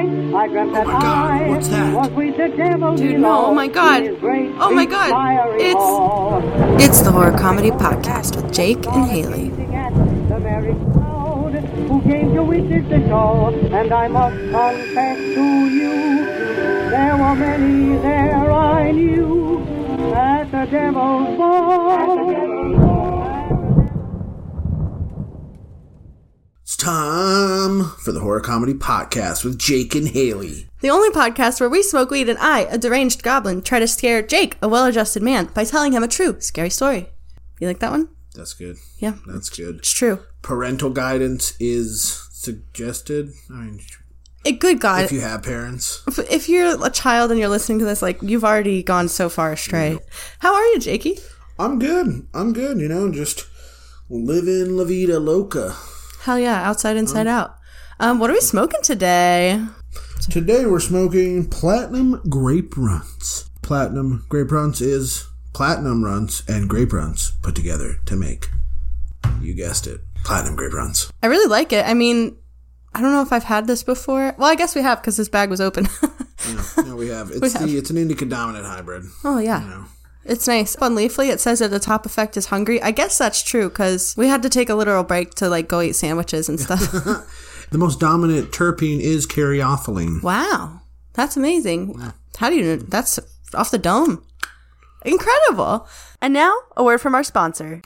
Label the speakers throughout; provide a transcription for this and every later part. Speaker 1: telegraph that
Speaker 2: Oh my God,
Speaker 1: I
Speaker 2: what's that?
Speaker 1: was with the devil
Speaker 3: Dude, no,
Speaker 1: below
Speaker 3: oh my God.
Speaker 1: in his great
Speaker 3: Oh my
Speaker 1: big
Speaker 3: God.
Speaker 1: fiery
Speaker 3: It's-
Speaker 1: hall.
Speaker 4: It's the Horror Comedy Podcast with Jake and Haley.
Speaker 1: Who came to witness the show, and I must confess to you, there were many there I knew at the devil's ball.
Speaker 2: It's time for the Horror Comedy Podcast with Jake and Haley.
Speaker 3: The only podcast where we smoke weed and I, a deranged goblin, try to scare Jake, a well adjusted man, by telling him a true, scary story. You like that one?
Speaker 2: That's good.
Speaker 3: Yeah,
Speaker 2: That's good.
Speaker 3: it's true.
Speaker 2: Parental guidance is suggested. I mean,
Speaker 3: It, good God.
Speaker 2: if you have parents,
Speaker 3: If, if you're a child and you're listening to this, like, you've already gone so far astray. How are you, Jakey?
Speaker 2: I'm good. I'm good. You know, just living la vida loca.
Speaker 3: Hell yeah, outside, inside out. Um, what are we smoking today?
Speaker 2: Today we're smoking platinum grape runts. Platinum grape runts is platinum runts and grape runts put together to make. You guessed it, platinum grape runts.
Speaker 3: I really like it. I mean, I don't know if I've had this before. Well, I guess we have because this bag was open.
Speaker 2: Mm. No, we have. It's the it's an indica dominant hybrid.
Speaker 3: oh, yeah.
Speaker 2: know.
Speaker 3: It's nice. On Leafly, it says that the top effect is hungry. I guess that's true because we had to take a literal break to like go eat sandwiches and stuff.
Speaker 2: The most dominant terpene is caryophyllene.
Speaker 3: wow. That's amazing. How do you That's off the dome. Incredible. And now, a word from our sponsor.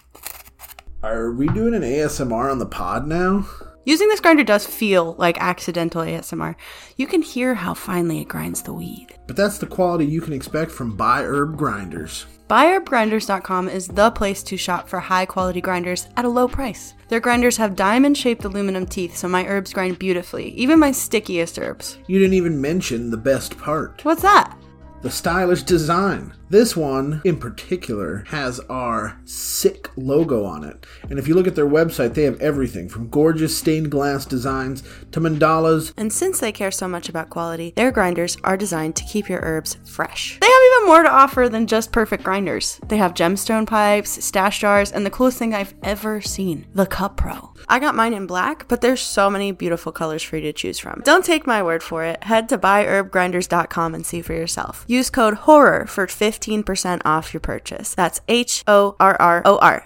Speaker 2: Are we doing an ASMR on the pod now?
Speaker 3: Using this grinder does feel like accidental ASMR. You can hear how finely it grinds the weed.
Speaker 2: But that's the quality you can expect from Buy Herb Grinders.
Speaker 3: BuyUpGrinders.com is the place to shop for high quality grinders at a low price. Their grinders have diamond shaped aluminum teeth, so my herbs grind beautifully, even my stickiest herbs.
Speaker 2: You didn't even mention the best part
Speaker 3: What's that?
Speaker 2: the stylish design. This one in particular has our sick logo on it. And if you look at their website, they have everything from gorgeous stained glass designs to mandalas.
Speaker 3: And since they care so much about quality, their grinders are designed to keep your herbs fresh. They have even more to offer than just perfect grinders. They have gemstone pipes, stash jars, and the coolest thing I've ever seen the Cup Pro. I got mine in black, but there's so many beautiful colors for you to choose from. Don't take my word for it. Head to buyherbgrinders.com and see for yourself. Use code HORROR for 15% off your purchase. That's H O R R O R.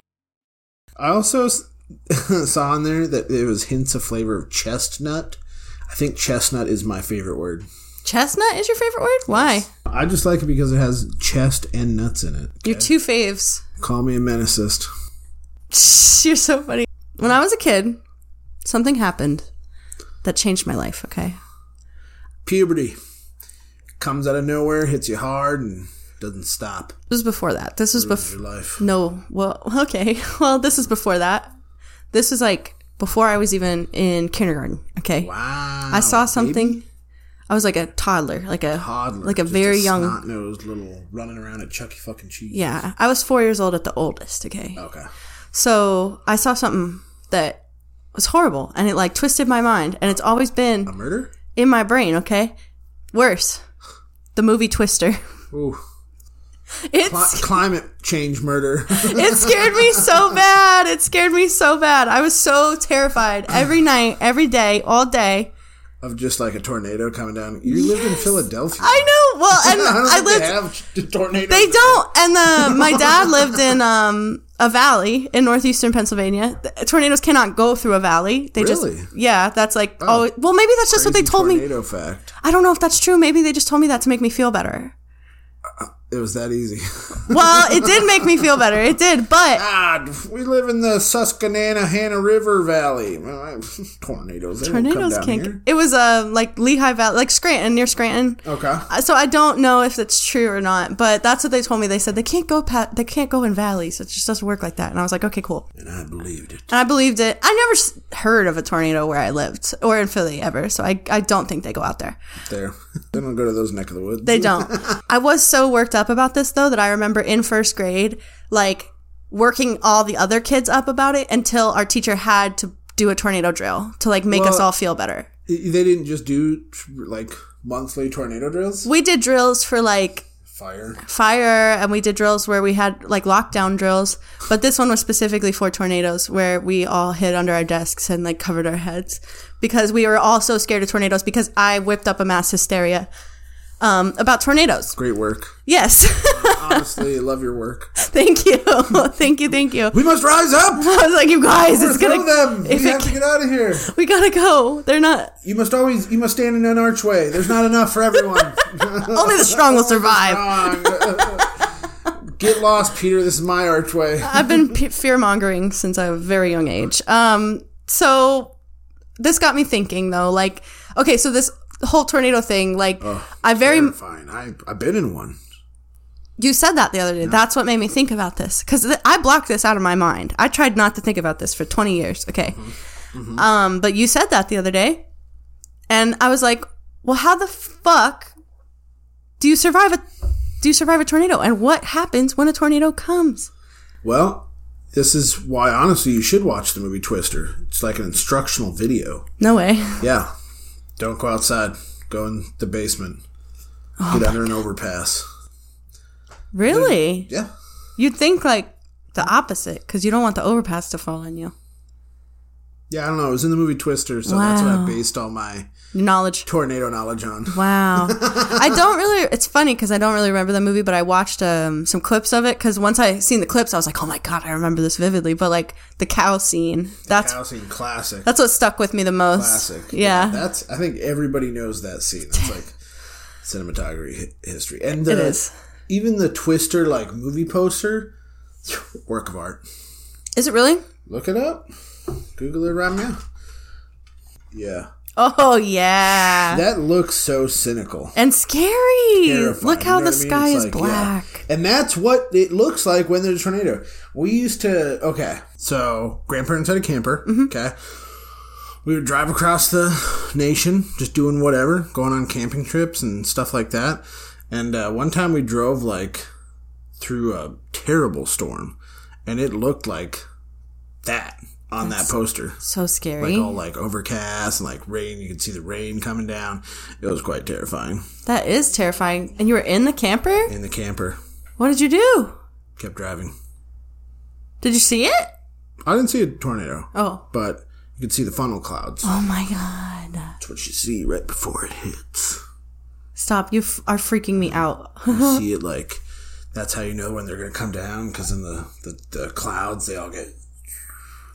Speaker 2: I also s- saw on there that there was hints of flavor of chestnut. I think chestnut is my favorite word.
Speaker 3: Chestnut is your favorite word? Why?
Speaker 2: I just like it because it has chest and nuts in it.
Speaker 3: Your two faves.
Speaker 2: Call me a menacist.
Speaker 3: You're so funny. When I was a kid, something happened that changed my life, okay?
Speaker 2: Puberty comes out of nowhere, hits you hard, and doesn't stop
Speaker 3: This was before that. This was before.
Speaker 2: your life.
Speaker 3: No, well, okay. Well, this is before that. This is like before I was even in kindergarten, okay?
Speaker 2: Wow.
Speaker 3: I saw something. I was like a toddler, like a
Speaker 2: Toddler,
Speaker 3: like a
Speaker 2: just
Speaker 3: very young.
Speaker 2: snot nosed little running around at Chucky fucking Cheese.
Speaker 3: yeah, I was four years old at the oldest. Okay,
Speaker 2: Okay.
Speaker 3: so I saw something that was horrible, and it like twisted my mind, and it's always been
Speaker 2: A murder?
Speaker 3: in my brain, okay? Worse. The movie Twister.
Speaker 2: Ooh. Cli-
Speaker 3: It's
Speaker 2: climate change murder.
Speaker 3: it scared me so bad. It scared me so bad. I was so terrified every night, every day, all day.
Speaker 2: of just like a tornado coming down. You lived in Philadelphia.
Speaker 3: I know. Well, and
Speaker 2: I don't
Speaker 3: I,
Speaker 2: think
Speaker 3: lived
Speaker 2: they have t- tornadoes.
Speaker 3: They don't. And the my dad lived in um a valley in northeastern Pennsylvania. The- tornadoes cannot go through a valley. They
Speaker 2: Really?
Speaker 3: just yeah. That's like oh well maybe that's just what they
Speaker 2: Crazy
Speaker 3: told me.
Speaker 2: Tornado fact.
Speaker 3: I don't know if that's true. Maybe they just told me that to make me feel better.
Speaker 2: It was that easy.
Speaker 3: Well, it did make me feel better. It did, but
Speaker 2: God, we live in the Susquehanna Hanna River Valley. Well, Tornadoes. They
Speaker 3: tornadoes
Speaker 2: tornadoes come down
Speaker 3: can't.
Speaker 2: Here.
Speaker 3: It was uh, like Lehigh Valley, like Scranton near Scranton.
Speaker 2: Okay.
Speaker 3: Uh, So I don't know if that's true or not, but that's what they told me. They said they can't go pat, they can't go in valleys. It just doesn't work like that. And I was like, okay, cool.
Speaker 2: And I believed it.
Speaker 3: And I believed it. I never s- heard of a tornado where I lived or in Philly ever. So I, I don't think they go out there.
Speaker 2: There. they don't go to those neck of the woods.
Speaker 3: They don't. I was so worked up about this though that I remember in first grade, like working all the other kids up about it until our teacher had to do a tornado drill to like make us
Speaker 2: Well-
Speaker 3: all feel better.
Speaker 2: They didn't just do like monthly tornado drills.
Speaker 3: We did drills for like
Speaker 2: fire.
Speaker 3: fire and we did drills where we had like lockdown drills but this one was specifically for tornadoes where we all hid under our desks and like covered our heads because we were all so scared of tornadoes because i whipped up a mass hysteria um, about tornadoes
Speaker 2: Great work.
Speaker 3: yes
Speaker 2: Honestly, love your work.
Speaker 3: thank you thank you thank you
Speaker 2: We must rise up.
Speaker 3: i was like you guys it's
Speaker 2: Overthrow
Speaker 3: gonna
Speaker 2: them. We
Speaker 3: if it
Speaker 2: have to get out of here.
Speaker 3: we gotta go they're not
Speaker 2: You must always. You must stand in an archway. There's not enough for everyone.
Speaker 3: only the strong will survive
Speaker 2: Wrong. Get lost, Peter. This is my archway.
Speaker 3: I've been p- fear mongering since a very young age. Um, so this got me thinking though, like, okay, so this whole tornado thing, like, I very
Speaker 2: Fine. I I've been in one.
Speaker 3: you said that the other day. That's what made me think about this because th- I blocked this out of my mind. I tried not to think about this for twenty years. Okay, um, but you said that the other day, and I was like, well, how the fuck do you survive a do you survive a tornado? And what happens when a tornado comes?
Speaker 2: Well, this is why honestly you should watch the movie Twister. It's like an instructional video.
Speaker 3: No way.
Speaker 2: Yeah. Don't go outside. Go in the basement.
Speaker 3: Oh
Speaker 2: Get under an overpass.
Speaker 3: Really?
Speaker 2: Yeah.
Speaker 3: You'd think like the opposite because you don't want the overpass to fall on you.
Speaker 2: Yeah, I don't know. It was in the movie Twister, so that's what I
Speaker 3: Wow.
Speaker 2: based all my
Speaker 3: Knowledge.
Speaker 2: tornado knowledge on.
Speaker 3: Wow. I don't really, it's funny because I don't really remember the movie, but I watched um, some clips of it because once I seen the clips, I was like, oh my God, I remember this vividly. But like the cow scene, that's.
Speaker 2: Cow scene classic.
Speaker 3: That's what stuck with me the most.
Speaker 2: classic.
Speaker 3: Yeah.
Speaker 2: That's I think everybody knows that scene. That's like cinematography hi- history. And the,
Speaker 3: It is.
Speaker 2: even the Twister like movie poster work of art.
Speaker 3: Is it really?
Speaker 2: Look it up. Google it right now. Yeah.
Speaker 3: Oh, yeah.
Speaker 2: That looks so cynical.
Speaker 3: and scary.
Speaker 2: terrifying,
Speaker 3: Look
Speaker 2: you
Speaker 3: how
Speaker 2: know what
Speaker 3: the
Speaker 2: I mean?
Speaker 3: sky
Speaker 2: It's
Speaker 3: is
Speaker 2: like, yeah.
Speaker 3: black.
Speaker 2: And that's what it looks like when there's a tornado. We used to, okay, so grandparents had a camper,
Speaker 3: Mm-hmm.
Speaker 2: okay. We would drive across the nation, just doing whatever, going on camping trips and stuff like that. And uh, one time we drove like through a terrible storm, and it looked like that on that poster.
Speaker 3: So scary.
Speaker 2: Like all like overcast and like rain, you could see the rain coming down. It was quite terrifying
Speaker 3: that is terrifying. And you were in the camper?
Speaker 2: in the camper.
Speaker 3: What did you do?
Speaker 2: Kept driving.
Speaker 3: Did you see it?
Speaker 2: I didn't see a tornado.
Speaker 3: Oh.
Speaker 2: but you can see the funnel clouds.
Speaker 3: Oh my god.
Speaker 2: That's what you see right before it hits.
Speaker 3: Stop. You f- are freaking me out.
Speaker 2: You see it like that's how you know when they're gonna come down because in the, the the clouds they all get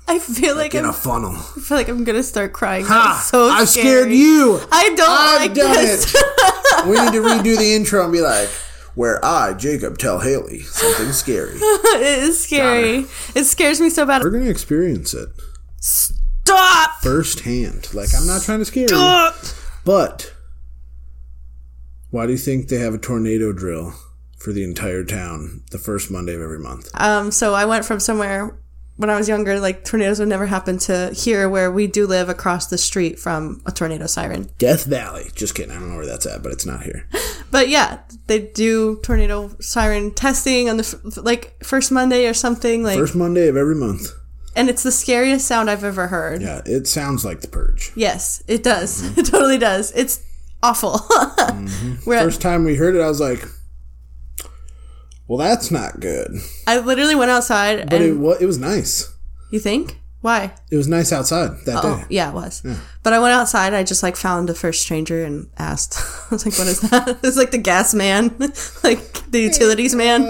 Speaker 3: I feel like,
Speaker 2: in
Speaker 3: I'm,
Speaker 2: a funnel.
Speaker 3: I feel like I'm going to start crying.
Speaker 2: Ha!
Speaker 3: It's so
Speaker 2: I've
Speaker 3: scary. Oh
Speaker 2: scared you.
Speaker 3: I don't
Speaker 2: I've
Speaker 3: like
Speaker 2: done
Speaker 3: this.
Speaker 2: it. we need to redo the intro and be like, "Where I, Jacob, tell Haley something scary."
Speaker 3: it is scary. It scares me so bad.
Speaker 2: We're gonna experience it
Speaker 3: Stop.
Speaker 2: firsthand. Like I'm not trying to scare you,
Speaker 3: Stop.
Speaker 2: but why do you think they have a tornado drill for the entire town the first Monday of every month?
Speaker 3: Um so I went from somewhere when I was younger like tornadoes would never happen to here where we do live across the street from a tornado siren.
Speaker 2: Death Valley. Just kidding. I don't know where that's at, but it's not here.
Speaker 3: But yeah, they do tornado siren testing on the f- like first Monday or something like
Speaker 2: First Monday of every month.
Speaker 3: and it's the scariest sound I've ever heard.
Speaker 2: Yeah, it sounds like the purge.
Speaker 3: Yes, it does. It totally does. It's awful. We're
Speaker 2: First time we heard it, I was like, "Well, that's not good."
Speaker 3: I literally went outside
Speaker 2: But it
Speaker 3: and
Speaker 2: was it was nice.
Speaker 3: you think? Why?
Speaker 2: It was nice outside that
Speaker 3: Oh,
Speaker 2: day.
Speaker 3: yeah, it was. But I went outside. I just like found the first stranger and asked. I was like, "What is that?" It's like the gas man, like the utilities man.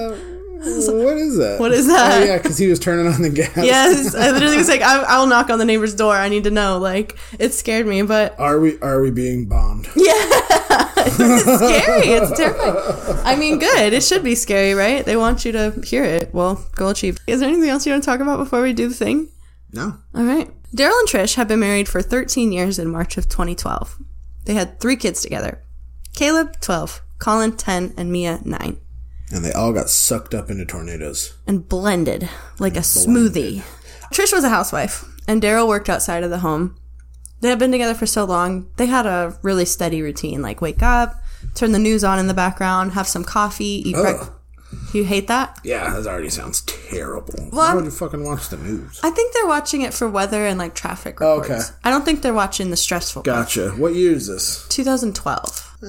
Speaker 2: What is that?
Speaker 3: What is that?
Speaker 2: Oh yeah, because he was turning on the gas.
Speaker 3: Yes, I literally was like, I, "I'll knock on the neighbor's door. I need to know." Like, it scared me, but
Speaker 2: Are we are we being bombed?
Speaker 3: it's scary. It's terrifying. I mean, good. It should be scary, right? They want you to hear it. Well, goal achieved. Is there anything else you want to talk about before we do the thing?
Speaker 2: No.
Speaker 3: All right. Daryl and Trish have been married for 13 years in March of 2012. They had three kids together Caleb, 12, Colin, 10, and Mia, 9.
Speaker 2: And they all got sucked up into tornadoes.
Speaker 3: And blended like a smoothie. Trish was a housewife, and Daryl worked outside of the home. They had been together for so long, they had a really steady routine like wake up, turn the news on in the background, have some coffee, eat breakfast.
Speaker 2: Ugh.
Speaker 3: You hate that?
Speaker 2: Yeah, that already sounds terrible.
Speaker 3: Well,
Speaker 2: Why
Speaker 3: I'm-
Speaker 2: would you fucking watch the news?
Speaker 3: I think they're watching it for weather and like traffic reports.
Speaker 2: Okay.
Speaker 3: Okay. I don't think they're watching the stressful.
Speaker 2: Gotcha. What year is this?
Speaker 3: 2012.
Speaker 2: Uh,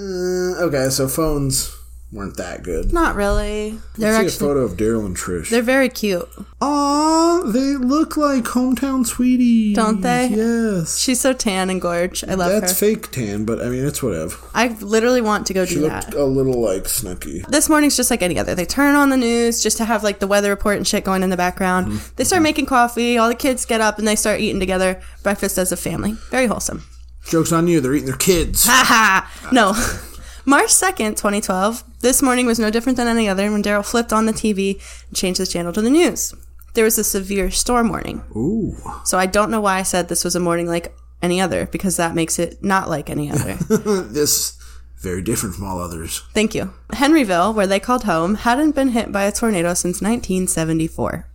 Speaker 2: okay, so phones weren't that good.
Speaker 3: Not really. They're
Speaker 2: Let's see a
Speaker 3: actually
Speaker 2: photo of Daryl and Trish.
Speaker 3: they're very cute.
Speaker 2: Aw, they look like hometown sweeties.
Speaker 3: Don't they?
Speaker 2: Yes.
Speaker 3: She's so tan and gorge. I love
Speaker 2: That's
Speaker 3: her.
Speaker 2: fake tan, but I mean, it's whatever.
Speaker 3: I literally want to go
Speaker 2: She
Speaker 3: do
Speaker 2: looked
Speaker 3: that.
Speaker 2: a little like Snooki.
Speaker 3: This morning's just like any other. They turn on the news just to have like the weather report and shit going in the background.
Speaker 2: Mm-hmm.
Speaker 3: They start making coffee. All the kids get up and they start eating together. Breakfast as a family. Very wholesome.
Speaker 2: Joke's on you, they're eating their kids.
Speaker 3: Aha! No. March 2nd, 2012. This morning was no different than any other when Daryl flipped on the TV and changed the channel to the news. There was a severe storm warning.
Speaker 2: Ooh.
Speaker 3: So I don't know why I said this was a morning like any other because that makes it not like any other.
Speaker 2: This very different from all others.
Speaker 3: Thank you. Henryville, where they called home, hadn't been hit by a tornado since 1974.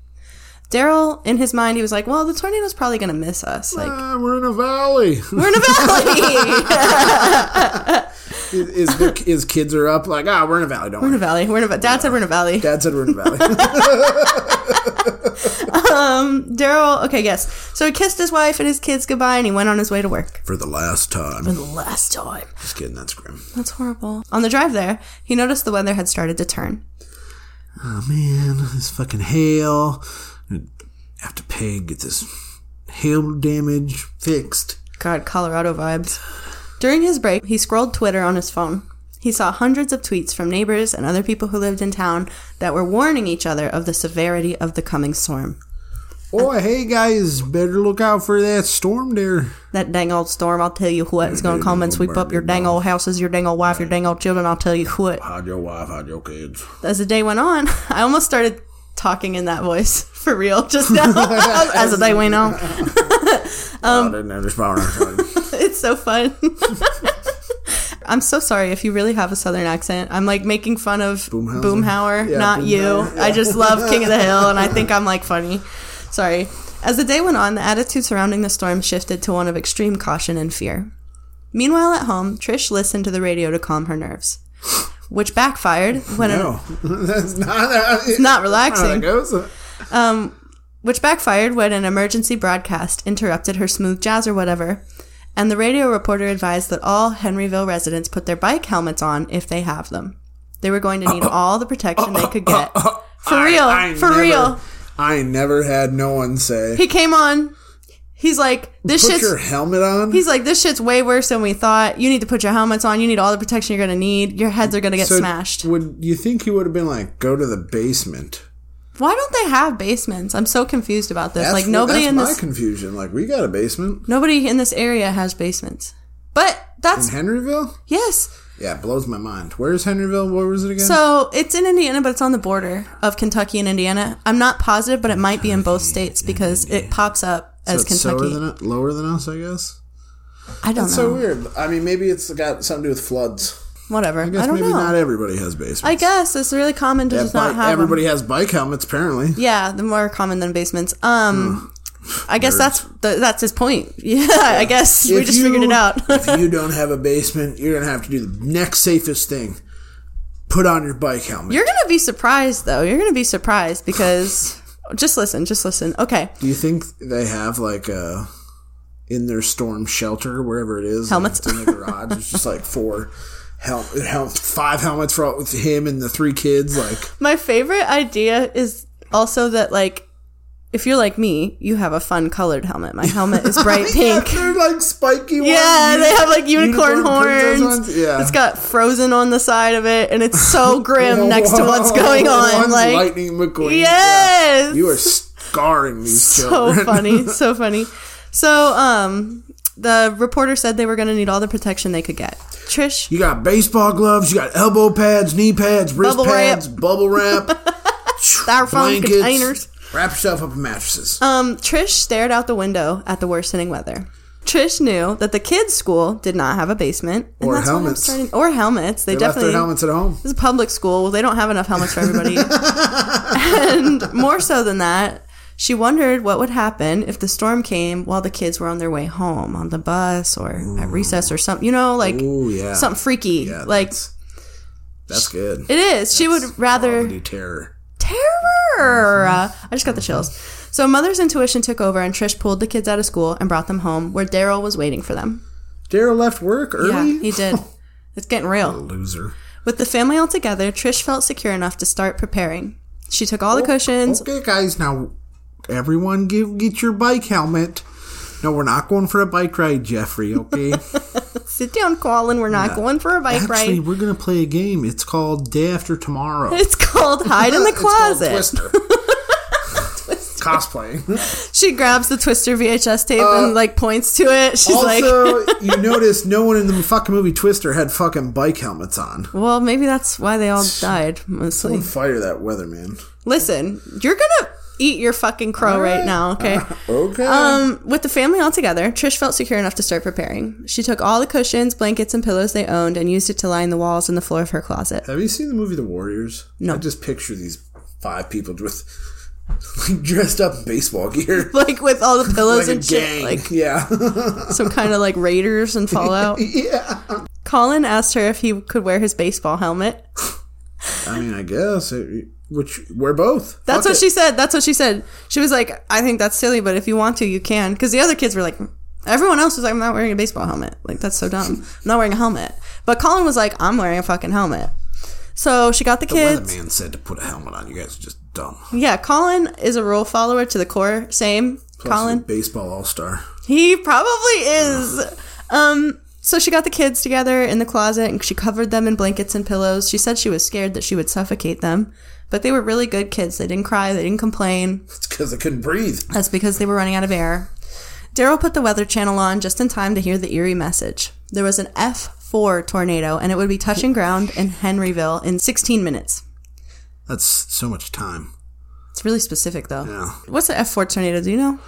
Speaker 3: Daryl, in his mind, he was like, well, the tornado's probably going to miss us. Like,
Speaker 2: Ah, we're in a valley.
Speaker 3: we're in a valley.
Speaker 2: is the, his kids are up like, ah, we're in a valley, don't
Speaker 3: we're in a
Speaker 2: worry.
Speaker 3: valley. We're in a va- Dad said we're in a valley.
Speaker 2: Dad said we're in a valley.
Speaker 3: Daryl, okay, yes. So he kissed his wife and his kids goodbye and he went on his way to work.
Speaker 2: For the last time.
Speaker 3: The last time.
Speaker 2: Just kidding, that's grim.
Speaker 3: That's horrible. On the drive there, he noticed the weather had started to turn.
Speaker 2: Oh man, this fucking hail. have to pay, get this hail damage fixed.
Speaker 3: God, Colorado vibes. During his break, he scrolled Twitter on his phone. He saw hundreds of tweets from neighbors and other people who lived in town that were warning each other of the severity of the coming storm.
Speaker 2: Oh, hey guys, better look out for that storm there.
Speaker 3: That dang old storm, I'll tell you what, it's gonna come and sweep up your dang old houses, your dang old wife, your dang old children, I'll tell you what.
Speaker 2: Hide your wife, hide your kids.
Speaker 3: As the day went on, I almost started talking in that voice for real just now. As the day went on, Um,
Speaker 2: I didn't have this power.
Speaker 3: it's so fun. I'm so sorry if you really have a southern accent. I'm like making fun of
Speaker 2: Boomhauser?
Speaker 3: Boomhauer,
Speaker 2: Yeah,
Speaker 3: not you.
Speaker 2: Boomhauer,
Speaker 3: I just love King of the Hill and I think I'm like funny. Sorry. As the day went on, the attitude surrounding the storm shifted to one of extreme caution and fear. Meanwhile, at home, Trish listened to the radio to calm her nerves, which backfired when
Speaker 2: No, that's not how it,
Speaker 3: it's not
Speaker 2: how that
Speaker 3: relaxing.
Speaker 2: goes.
Speaker 3: which backfired when an emergency broadcast interrupted her smooth jazz or whatever, and the radio reporter advised that all Henryville residents put their bike helmets on if they have them. They were going to need all the protection they could get. For real,
Speaker 2: I
Speaker 3: for
Speaker 2: never-
Speaker 3: real.
Speaker 2: I never had no one say,
Speaker 3: He came on. He's like, this
Speaker 2: put
Speaker 3: shit's.
Speaker 2: your helmet on.
Speaker 3: He's like, this shit's way worse than we thought. You need to put your helmets on. You need all the protection you're gonna need. Your heads are gonna get
Speaker 2: So
Speaker 3: smashed.
Speaker 2: Would you think he would have been like, go to the basement?
Speaker 3: Why don't they have basements? I'm so confused about this.
Speaker 2: That's
Speaker 3: like
Speaker 2: what-
Speaker 3: nobody
Speaker 2: that's
Speaker 3: in
Speaker 2: my
Speaker 3: this
Speaker 2: confusion. Like we got a basement
Speaker 3: nobody in this area has basements. But that's
Speaker 2: in Henryville.
Speaker 3: yes.
Speaker 2: Yeah, it blows my mind. Where's Henryville? Where was it again?
Speaker 3: So it's in Indiana, but it's on the border of Kentucky and Indiana. I'm not positive, but it might be in both states because it pops up
Speaker 2: So
Speaker 3: as
Speaker 2: it's
Speaker 3: Kentucky.
Speaker 2: Lower than, u- lower than us, I guess.
Speaker 3: I don't know.
Speaker 2: That's so weird. I mean, maybe it's got something to do with floods.
Speaker 3: Whatever. I,
Speaker 2: I guess
Speaker 3: don't
Speaker 2: maybe
Speaker 3: know.
Speaker 2: not everybody has basements.
Speaker 3: I guess it's really common to
Speaker 2: Yeah,
Speaker 3: just
Speaker 2: bike-
Speaker 3: not have 'em.
Speaker 2: everybody has bike helmets. Apparently,
Speaker 3: Yeah, the more common than basements. Um,
Speaker 2: Hmm.
Speaker 3: I guess that's the, that's his point. Yeah, I guess we
Speaker 2: If
Speaker 3: just
Speaker 2: you-
Speaker 3: figured it out.
Speaker 2: if you don't have a basement, you're gonna have to do the next safest thing: put on your bike helmet.
Speaker 3: You're gonna be surprised though. You're gonna be surprised because just listen, just listen. Okay,
Speaker 2: do you think they have like a in their storm shelter wherever it is? like,
Speaker 3: Helmets?
Speaker 2: it's in the garage. It's just like four. Hel- hel- five helmets for all- with him and the three kids. Like
Speaker 3: My favorite idea is also that like if you're like me, you have a fun colored helmet. My helmet is bright pink.
Speaker 2: Yeah, they're like spiky. ones.
Speaker 3: Yeah, they have like unicorn,
Speaker 2: princess
Speaker 3: horns.
Speaker 2: ones? Yeah,
Speaker 3: It's got frozen on the side of it and it's so
Speaker 2: Oh,
Speaker 3: grim next to what's going on.
Speaker 2: One's
Speaker 3: Like
Speaker 2: lightning McQueen.
Speaker 3: Yes.
Speaker 2: you are scarring these
Speaker 3: so
Speaker 2: children.
Speaker 3: funny, so funny. So um the reporter said they were going to need all the protection they could get. Trish,
Speaker 2: You got baseball gloves. You got elbow pads, knee pads, wrist
Speaker 3: Bubble wrap.
Speaker 2: pads, bubble wrap,
Speaker 3: styrofoam
Speaker 2: blankets.
Speaker 3: containers.
Speaker 2: Wrap yourself up in mattresses.
Speaker 3: Um, Trish stared out the window at the worsening weather. Trish knew that the kids' school did not have a basement, and
Speaker 2: Or
Speaker 3: that's why I'm
Speaker 2: helmets.
Speaker 3: starting- or helmets. They,
Speaker 2: they left
Speaker 3: definitely
Speaker 2: their helmets at home.
Speaker 3: this is a public school. They don't have enough helmets for everybody. and more so than that, she wondered what would happen if the storm came while the kids were on their way home on the bus or at recess or something. You know, like
Speaker 2: Ooh, yeah.
Speaker 3: something freaky.
Speaker 2: Yeah,
Speaker 3: like
Speaker 2: that's, that's good.
Speaker 3: it is. She would rather
Speaker 2: Quality terror.
Speaker 3: terror. I just got the chills. So mother's intuition took over, and Trish pulled the kids out of school and brought them home, where Daryl was waiting for them.
Speaker 2: Daryl left work early.
Speaker 3: Yeah, he did. It's getting real.
Speaker 2: Loser.
Speaker 3: With the family all together, Trish felt secure enough to start preparing. She took
Speaker 2: Oh,
Speaker 3: all the cushions.
Speaker 2: Okay, guys, now everyone give, get your bike helmet. No, we're not going for a bike ride, Jeffrey, okay?
Speaker 3: Sit down, Colin. We're not going for a bike
Speaker 2: Actually,
Speaker 3: ride.
Speaker 2: we're going to play a game. It's called Day After Tomorrow. Uh,
Speaker 3: It's called Hide in the
Speaker 2: It's called
Speaker 3: Closet.
Speaker 2: Twister. Cosplaying.
Speaker 3: She grabs the Twister VHS tape and like points to it. She's like,
Speaker 2: Uh, Also, you notice no one in the fucking movie Twister had fucking bike helmets on.
Speaker 3: "Well, maybe that's why they all died mostly."
Speaker 2: Don't fire that weatherman.
Speaker 3: Listen, you're gonna eat your fucking crow right. now, okay?
Speaker 2: Uh-huh. Okay.
Speaker 3: Um, with the family all together, Trish felt secure enough to start preparing. She took all the cushions, blankets, and pillows they owned and used it to line the walls and the floor of her closet.
Speaker 2: Have you seen the movie The Warriors?
Speaker 3: No.
Speaker 2: I just picture these five people with like dressed up in baseball gear.
Speaker 3: Like with all the
Speaker 2: Like
Speaker 3: pillows
Speaker 2: a
Speaker 3: and shit,
Speaker 2: gang.
Speaker 3: like
Speaker 2: yeah.
Speaker 3: some kind of like Raiders and Fallout.
Speaker 2: yeah.
Speaker 3: Colin asked her if he could wear his baseball helmet.
Speaker 2: I mean, I guess. It, which, we're both.
Speaker 3: That's
Speaker 2: Fuck
Speaker 3: what
Speaker 2: it.
Speaker 3: she said. That's what she said. She was like, I think that's silly, but if you want to, you can. Because the other kids were like, everyone else was like, I'm not wearing a baseball helmet. Like, that's so dumb. I'm not wearing a helmet. But Colin was like, I'm wearing a fucking helmet. So she got the kids.
Speaker 2: Weatherman said to put a helmet on. You guys are just dumb.
Speaker 3: yeah, Colin is a rule follower to the core. Same.
Speaker 2: Plus,
Speaker 3: Colin.
Speaker 2: he's a Baseball all star.
Speaker 3: He probably is. Um, so she got the kids together in the closet and she covered them in blankets and pillows. She said she was scared that she would suffocate them, but they were really good kids. They didn't cry, they didn't complain.
Speaker 2: It's because I couldn't breathe.
Speaker 3: That's because they were running out of air. Daryl put the weather channel on just in time to hear the eerie message. There was an F4 tornado and it would be touching ground in Henryville in 16 minutes.
Speaker 2: That's so much time.
Speaker 3: It's really specific though.
Speaker 2: Yeah.
Speaker 3: What's an F4 tornado? Do you know?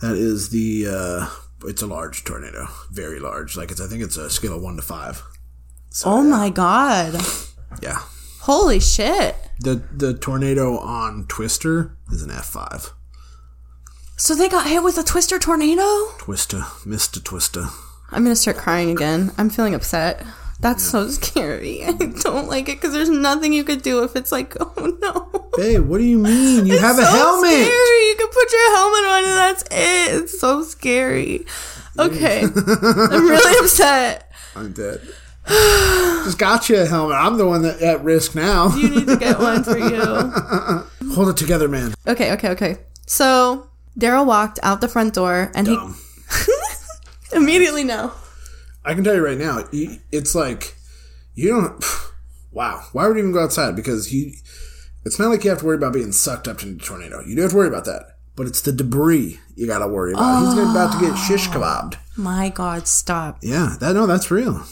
Speaker 2: That is the. uh It's a large tornado. Very large. Like, it's, I think it's a scale of one to five.
Speaker 3: oh my god.
Speaker 2: Yeah.
Speaker 3: Holy shit.
Speaker 2: The, the tornado on Twister is an F5.
Speaker 3: So they got hit with a twister tornado?
Speaker 2: Twister, Mr. Twister.
Speaker 3: I'm gonna start crying again. I'm feeling upset. That's so scary. I don't like it because there's nothing you could do if it's like, oh no.
Speaker 2: Hey, what do you mean? You have a
Speaker 3: so
Speaker 2: helmet.
Speaker 3: Scary. You can put your helmet on and that's it. It's so scary. Okay. I'm really upset.
Speaker 2: I'm dead. Just got you a helmet. I'm the one that at risk now.
Speaker 3: You need to get one for you.
Speaker 2: Hold it together, man.
Speaker 3: Okay, okay, okay. So Daryl walked out the front door and
Speaker 2: Dumb.
Speaker 3: he immediately no.
Speaker 2: I can tell you right now, you- it's like you don't. Wow, why would you even go outside? Because he, it's not like you have to worry about being sucked up into a tornado. You do have to worry about that, but it's the debris you got to worry about. He's about to
Speaker 3: Ah.
Speaker 2: get shish kebabbed.
Speaker 3: My God, stop.
Speaker 2: Yeah, that no, that's real.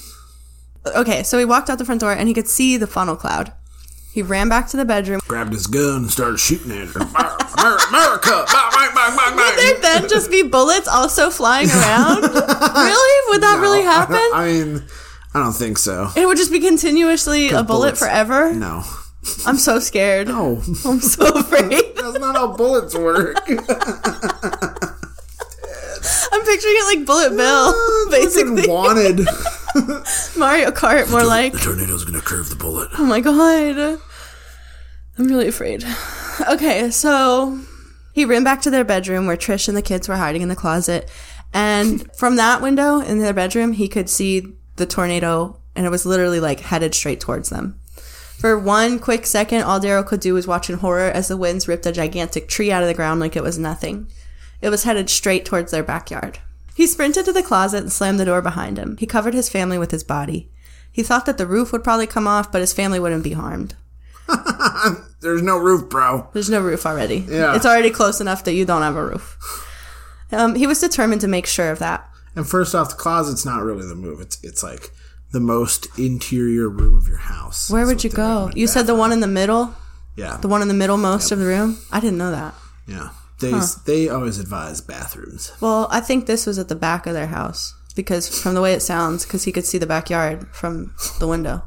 Speaker 3: Okay, so he walked out the front door and he could see the funnel cloud. He ran back to the bedroom.
Speaker 2: Grabbed his gun and started shooting at her. America, bang, bang, bang, bang, bang.
Speaker 3: Would there then just be bullets also flying around? really? Would that really happen?
Speaker 2: I mean, I don't think so.
Speaker 3: it would just be continuously a bullet
Speaker 2: bullets-
Speaker 3: forever.
Speaker 2: No.
Speaker 3: I'm so scared.
Speaker 2: No.
Speaker 3: I'm so afraid.
Speaker 2: That's not how bullets work.
Speaker 3: I'm picturing it like Bullet Bill, basically.
Speaker 2: wanted.
Speaker 3: Mario Kart, more like.
Speaker 2: tornado's gonna curve the bullet.
Speaker 3: Oh my god. I'm really afraid. Okay, so he ran back to their bedroom where Trish and the kids were hiding in the closet. And from that window in their bedroom, he could see the tornado and it was literally like headed straight towards them. For one quick second, all Daryl could do was watch in horror as the winds ripped a gigantic tree out of the ground like it was nothing. It was headed straight towards their backyard. He sprinted to the closet and slammed the door behind him. He covered his family with his body. He thought that the roof would probably come off, but his family wouldn't be harmed.
Speaker 2: There's no roof, bro.
Speaker 3: There's no roof already.
Speaker 2: Yeah.
Speaker 3: It's already close enough that you don't have a roof. Um, he was determined to make sure of that.
Speaker 2: And first off, the closet's not really the move. It's it's like the most interior room of your house.
Speaker 3: Where
Speaker 2: That's
Speaker 3: would
Speaker 2: what
Speaker 3: you
Speaker 2: they
Speaker 3: go?
Speaker 2: recommend
Speaker 3: You said the
Speaker 2: bathroom.
Speaker 3: one in the middle?
Speaker 2: yeah,
Speaker 3: The one in the middle most of the room? I didn't know that.
Speaker 2: yeah. They they always advise bathrooms.
Speaker 3: Well, I think this was at the back of their house because from the way it sounds, because he could see the backyard from the window.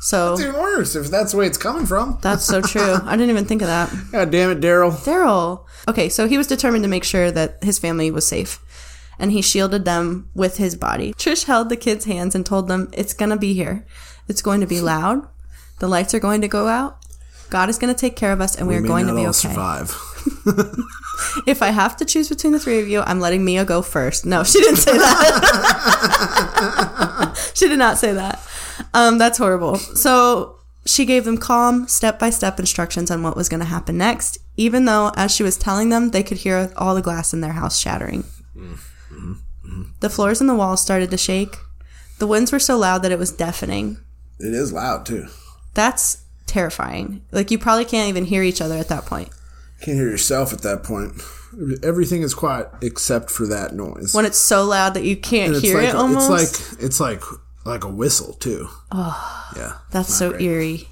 Speaker 3: So
Speaker 2: It's even worse if that's the way it's coming from.
Speaker 3: that's so true. I didn't even think of that.
Speaker 2: God damn it, Daryl.
Speaker 3: Daryl. Okay, so he was determined to make sure that his family was safe, and he shielded them with his body. Trish held the kids' hands and told them, It's gonna be here. It's going to be loud. The lights are going to go out. God is gonna take care of us, and we, are
Speaker 2: May
Speaker 3: going to
Speaker 2: not
Speaker 3: be
Speaker 2: all
Speaker 3: okay.
Speaker 2: survive.
Speaker 3: If I have to choose between the three of you, I'm letting Mia go first. No, she didn't say that. she did not say that. Um, that's horrible. So she gave them calm, step by step instructions on what was going to happen next, even though as she was telling them, they could hear all the glass in their house shattering. The floors and the walls started to shake. The winds were so loud that it was deafening.
Speaker 2: It is loud too.
Speaker 3: That's terrifying. Like, you probably can't even hear each other at that point.
Speaker 2: Can't hear yourself at that point. Everything is quiet except for that noise.
Speaker 3: When it's so loud that you can't
Speaker 2: And it's
Speaker 3: hear
Speaker 2: like
Speaker 3: it almost.
Speaker 2: it's like it's like like a whistle too. Oh, yeah.
Speaker 3: That's
Speaker 2: not
Speaker 3: so
Speaker 2: great.
Speaker 3: eerie.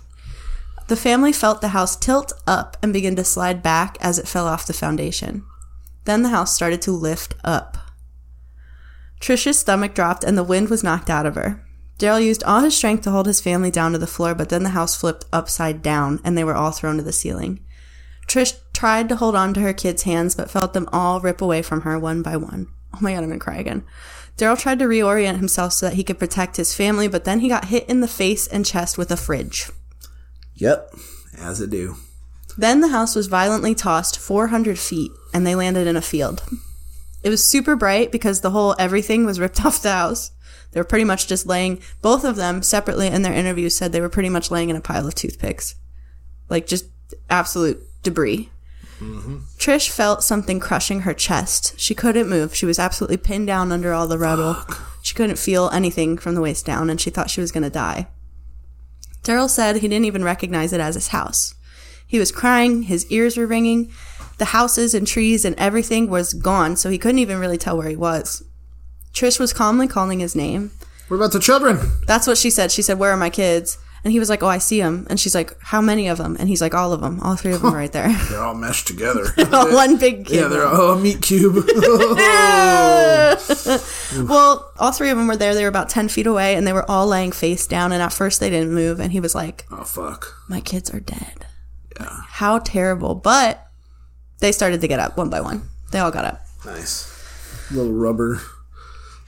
Speaker 3: The family felt the house tilt up and begin to slide back as it fell off the foundation. Then the house started to lift up. Trisha's stomach dropped and the wind was knocked out of her. Daryl used all his strength to hold his family down to the floor, but then the house flipped upside down and they were all thrown to the ceiling. Trish tried to hold on to her kids' hands, but felt them all rip away from her one by one. Oh my god, I'm gonna cry again. Daryl tried to reorient himself so that he could protect his family, but then he got hit in the face and chest with a fridge.
Speaker 2: Yep, as it do.
Speaker 3: Then the house was violently tossed 400 feet and they landed in a field. It was super bright because the whole everything was ripped off the house. They were pretty much just laying, both of them separately in their interviews said they were pretty much laying in a pile of toothpicks. Like just absolute debris. Trish felt something crushing her chest. She couldn't move. She was absolutely pinned down under all the rubble. She couldn't feel anything from the waist down and she thought she was going to die. Daryl said he didn't even recognize it as his house. He was crying, his ears were ringing. The houses and trees and everything was gone, so he couldn't even really tell where he was. Trish was calmly calling his name.
Speaker 2: What about the children?
Speaker 3: That's what she said. She said, Where are my kids? And he was like, Oh, I see them. And she's like, How many of them? And he's like, All of them. All three of them are right there.
Speaker 2: They're all meshed together.
Speaker 3: One big kid.
Speaker 2: yeah, they're all oh, meat cube.
Speaker 3: Well, all three of them were there. They were about 10 feet away and they were all laying face down. And at first they didn't move. And he was like,
Speaker 2: oh fuck.
Speaker 3: my kids are dead. Like, how terrible. But they started to get up one by one. They all got up.
Speaker 2: Nice. Little rubber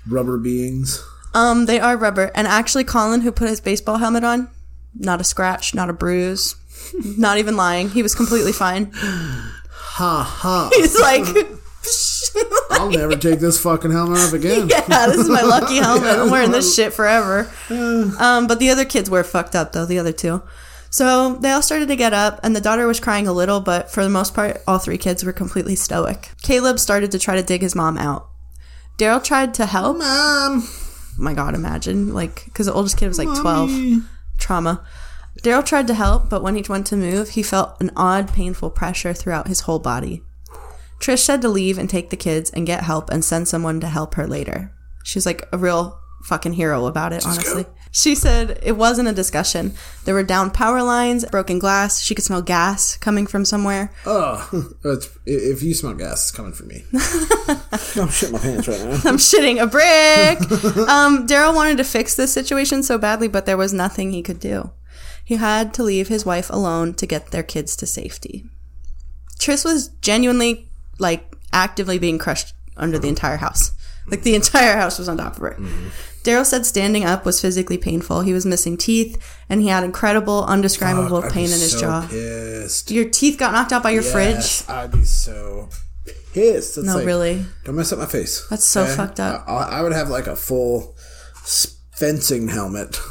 Speaker 2: rubber beings.
Speaker 3: Um, they are rubber. And actually, Colin, who put his baseball helmet on, not a scratch, not a bruise, not even lying. He was completely fine.
Speaker 2: Ha ha.
Speaker 3: He's like,
Speaker 2: I'll never take this fucking helmet off again.
Speaker 3: yeah, this is my lucky helmet. I'm wearing this shit forever. Um, but the other kids were fucked up though. The other two. So they all started to get up, and the daughter was crying a little, but for the most part, all three kids were completely stoic. Caleb started to try to dig his mom out. Daryl tried to help. Oh
Speaker 2: Um
Speaker 3: my god, imagine like because the oldest kid was like twelve, trauma. Daryl tried to help, but when he went to move, he felt an odd, painful pressure throughout his whole body. Trish said to leave and take the kids and get help and send someone to help her later. She's like a real fucking hero about it, honestly. She said it wasn't a discussion. There were down power lines, broken glass. She could smell gas coming from somewhere.
Speaker 2: oh, that's, i- if you smell gas, it's coming for me. I'm shitting my pants right now.
Speaker 3: I'm shitting a brick. um, Daryl wanted to fix this situation so badly, but there was nothing he could do. He had to leave his wife alone to get their kids to safety. Tris was genuinely, like, actively being crushed under the entire house. Like, the entire house was on top of her.
Speaker 2: Mm-hmm.
Speaker 3: Daryl said standing up was physically painful. He was missing teeth, and he had incredible, undescribable
Speaker 2: I'd be
Speaker 3: pain in his
Speaker 2: so
Speaker 3: jaw.
Speaker 2: Pissed.
Speaker 3: Your teeth got knocked out by your
Speaker 2: Yes,
Speaker 3: fridge.
Speaker 2: I'd be so pissed. It's
Speaker 3: No,
Speaker 2: like,
Speaker 3: really.
Speaker 2: Don't mess up my face.
Speaker 3: That's so fucked up.
Speaker 2: I, I would have like a full s- fencing helmet.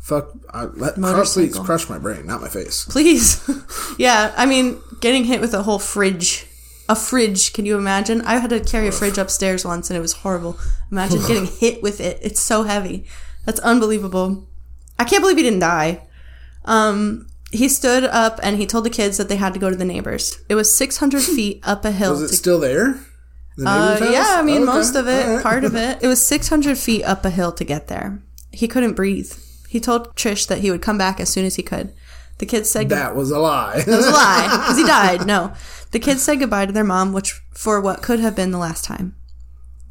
Speaker 2: Fuck. I, let, crush, please
Speaker 3: Motorcycle.
Speaker 2: crush my brain, not my face.
Speaker 3: please. yeah, I mean, getting hit with a whole fridge. A fridge, can you imagine? I had to carry a fridge upstairs once and it was horrible. Imagine getting hit with it. It's so heavy. That's unbelievable. I can't believe he didn't die. Um, he stood up and he told the kids that they had to go to the neighbors. It was 600 feet up a hill.
Speaker 2: Is it
Speaker 3: to-
Speaker 2: still there? The
Speaker 3: uh,
Speaker 2: neighbor's house? Oh,
Speaker 3: yeah, I mean,
Speaker 2: Okay,
Speaker 3: most of it,
Speaker 2: all right.
Speaker 3: part of it. It was 600 feet up a hill to get there. He couldn't breathe. He told Trish that he would come back as soon as he could. The kids said
Speaker 2: That was a lie.
Speaker 3: was a lie because he died. No, the kids said goodbye to their mom, which for what could have been the last time.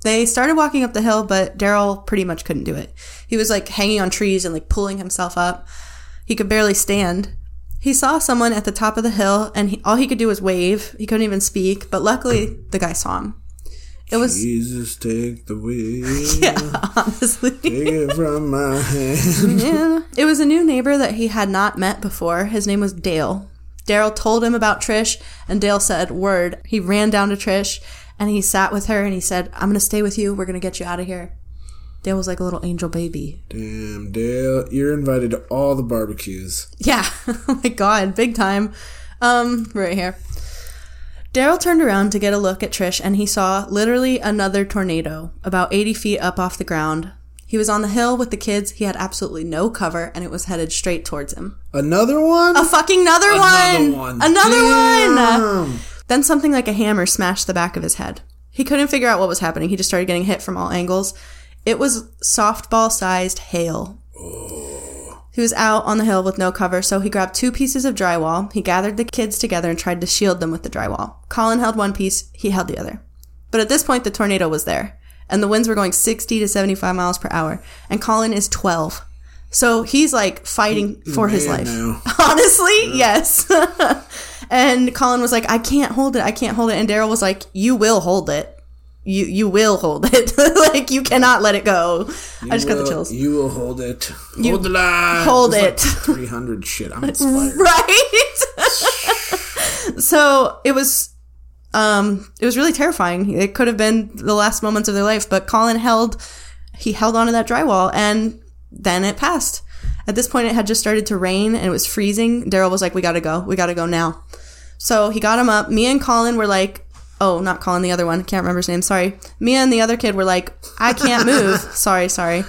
Speaker 3: They started walking up the hill, but Daryl pretty much couldn't do it. He was like hanging on trees and like pulling himself up. He could barely stand. He saw someone at the top of the hill, and he, all he could do was wave. He couldn't even speak, but luckily the guy saw him. It was
Speaker 2: Jesus, take the wheel.
Speaker 3: yeah, honestly.
Speaker 2: Take it from my hand.
Speaker 3: Yeah. It was a new neighbor that he had not met before. His name was Dale. Daryl told him about Trish, and Dale said, Word. He ran down to Trish and he sat with her and he said, I'm going to stay with you. We're going to get you out of here. Dale was like a little angel baby.
Speaker 2: Damn, Dale, you're invited to all the barbecues.
Speaker 3: Yeah. oh my god, big time. Um, right here. Daryl turned around to get a look at Trish and he saw literally another tornado about 80 feet up off the ground. He was on the hill with the kids. He had absolutely no cover and it was headed straight towards him.
Speaker 2: Another one?
Speaker 3: A fucking another one!
Speaker 2: one.
Speaker 3: Another one!
Speaker 2: Damn.
Speaker 3: Then something like a hammer smashed the back of his head. He couldn't figure out what was happening. He just started getting hit from all angles. It was softball sized hail. He was out on the hill with no cover, so he grabbed two pieces of drywall. He gathered the kids together and tried to shield them with the drywall. Colin held one piece, he held the other. But at this point, the tornado was there, and the winds were going 60 to 75 miles per hour, and Colin is 12. So he's like fighting for his
Speaker 2: man
Speaker 3: life.
Speaker 2: now.
Speaker 3: Honestly, yes. and Colin was like, I can't hold it. I can't hold it. And Daryl was like, You will hold it. You you will hold it. like you cannot let it go. I just got the
Speaker 2: Will- e-
Speaker 3: chills.
Speaker 2: You will hold it. hold the line.
Speaker 3: hold
Speaker 2: It's
Speaker 3: it.
Speaker 2: like 300 shit. I'm inspired.
Speaker 3: right? so it was, um, it was really terrifying. It could have been the last moments of their life, but Colin held, he held onto that drywall, and then it passed. At this point, it had just started to rain and it was freezing. Daryl was like, "We gotta go. We gotta go now." So he got him up. Me and Colin were like, "Oh, not Colin, the other one. Can't remember his name. Sorry." Me and the other kid were like, "I can't move. sorry, sorry."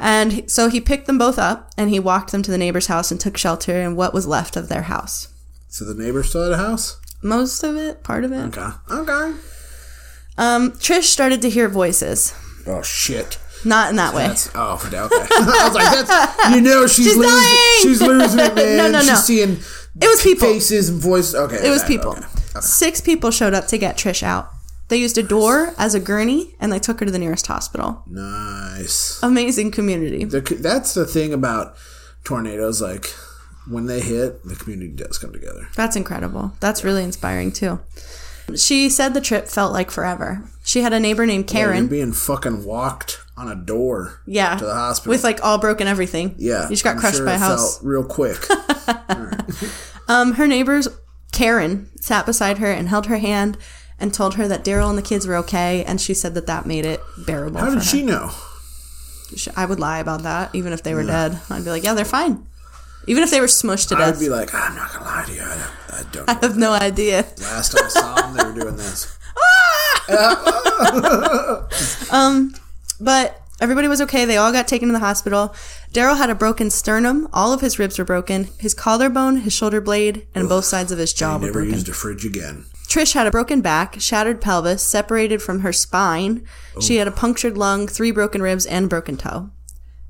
Speaker 3: And he- so he picked them both up and he walked them to the neighbor's house and took shelter in what was left of their house.
Speaker 2: So the neighbor still at a house?
Speaker 3: Most of it, part of it.
Speaker 2: Okay. Okay.
Speaker 3: Um, Trish started to hear voices.
Speaker 2: Oh, shit.
Speaker 3: Not in that way.
Speaker 2: That's, oh, okay. I was like, that's, you know, she's,
Speaker 3: She's
Speaker 2: losing,
Speaker 3: dying!
Speaker 2: she's losing it, man.
Speaker 3: No, no,
Speaker 2: she's
Speaker 3: no.
Speaker 2: seeing
Speaker 3: It was people.
Speaker 2: faces and voices. Okay,
Speaker 3: It was people. Six people showed up to get Trish out. They used a door as a gurney and they took her to the nearest hospital. Uh,
Speaker 2: Nice.
Speaker 3: Amazing community.
Speaker 2: The co- that's the thing about tornadoes. Like when they hit, the community does come together.
Speaker 3: That's incredible. That's really inspiring too. She said the trip felt like forever. She had a neighbor named
Speaker 2: You're
Speaker 3: Karen.
Speaker 2: being fucking walked on a door.
Speaker 3: Yeah.
Speaker 2: to the hospital.
Speaker 3: With like all broken everything.
Speaker 2: yeah,
Speaker 3: You just got
Speaker 2: I'm
Speaker 3: crushed
Speaker 2: sure
Speaker 3: by a
Speaker 2: it
Speaker 3: house.
Speaker 2: felt real quick.
Speaker 3: Um, her neighbors, Karen, sat beside her and held her hand and told her that Daryl and the kids were okay. And she said that that made it bearable.
Speaker 2: How
Speaker 3: for
Speaker 2: did
Speaker 3: her.
Speaker 2: she know?
Speaker 3: She- I would lie about that, even if they were dead. I'd be like, yeah, they're fine. Even if they were smushed to
Speaker 2: I'd
Speaker 3: death.
Speaker 2: be like, I'm not gonna lie to you. I don't. I
Speaker 3: I
Speaker 2: don't know.
Speaker 3: have no idea.
Speaker 2: Last I saw them, they were doing this.
Speaker 3: But everybody was okay. They all got taken to the hospital. Daryl had a broken sternum. All of his ribs were broken. His collarbone, his shoulder blade, and both sides of his jaw were
Speaker 2: Never
Speaker 3: broken.
Speaker 2: used a fridge again.
Speaker 3: Trish had a broken back, shattered pelvis, separated from her spine. She had a punctured lung, three broken ribs, and broken toe.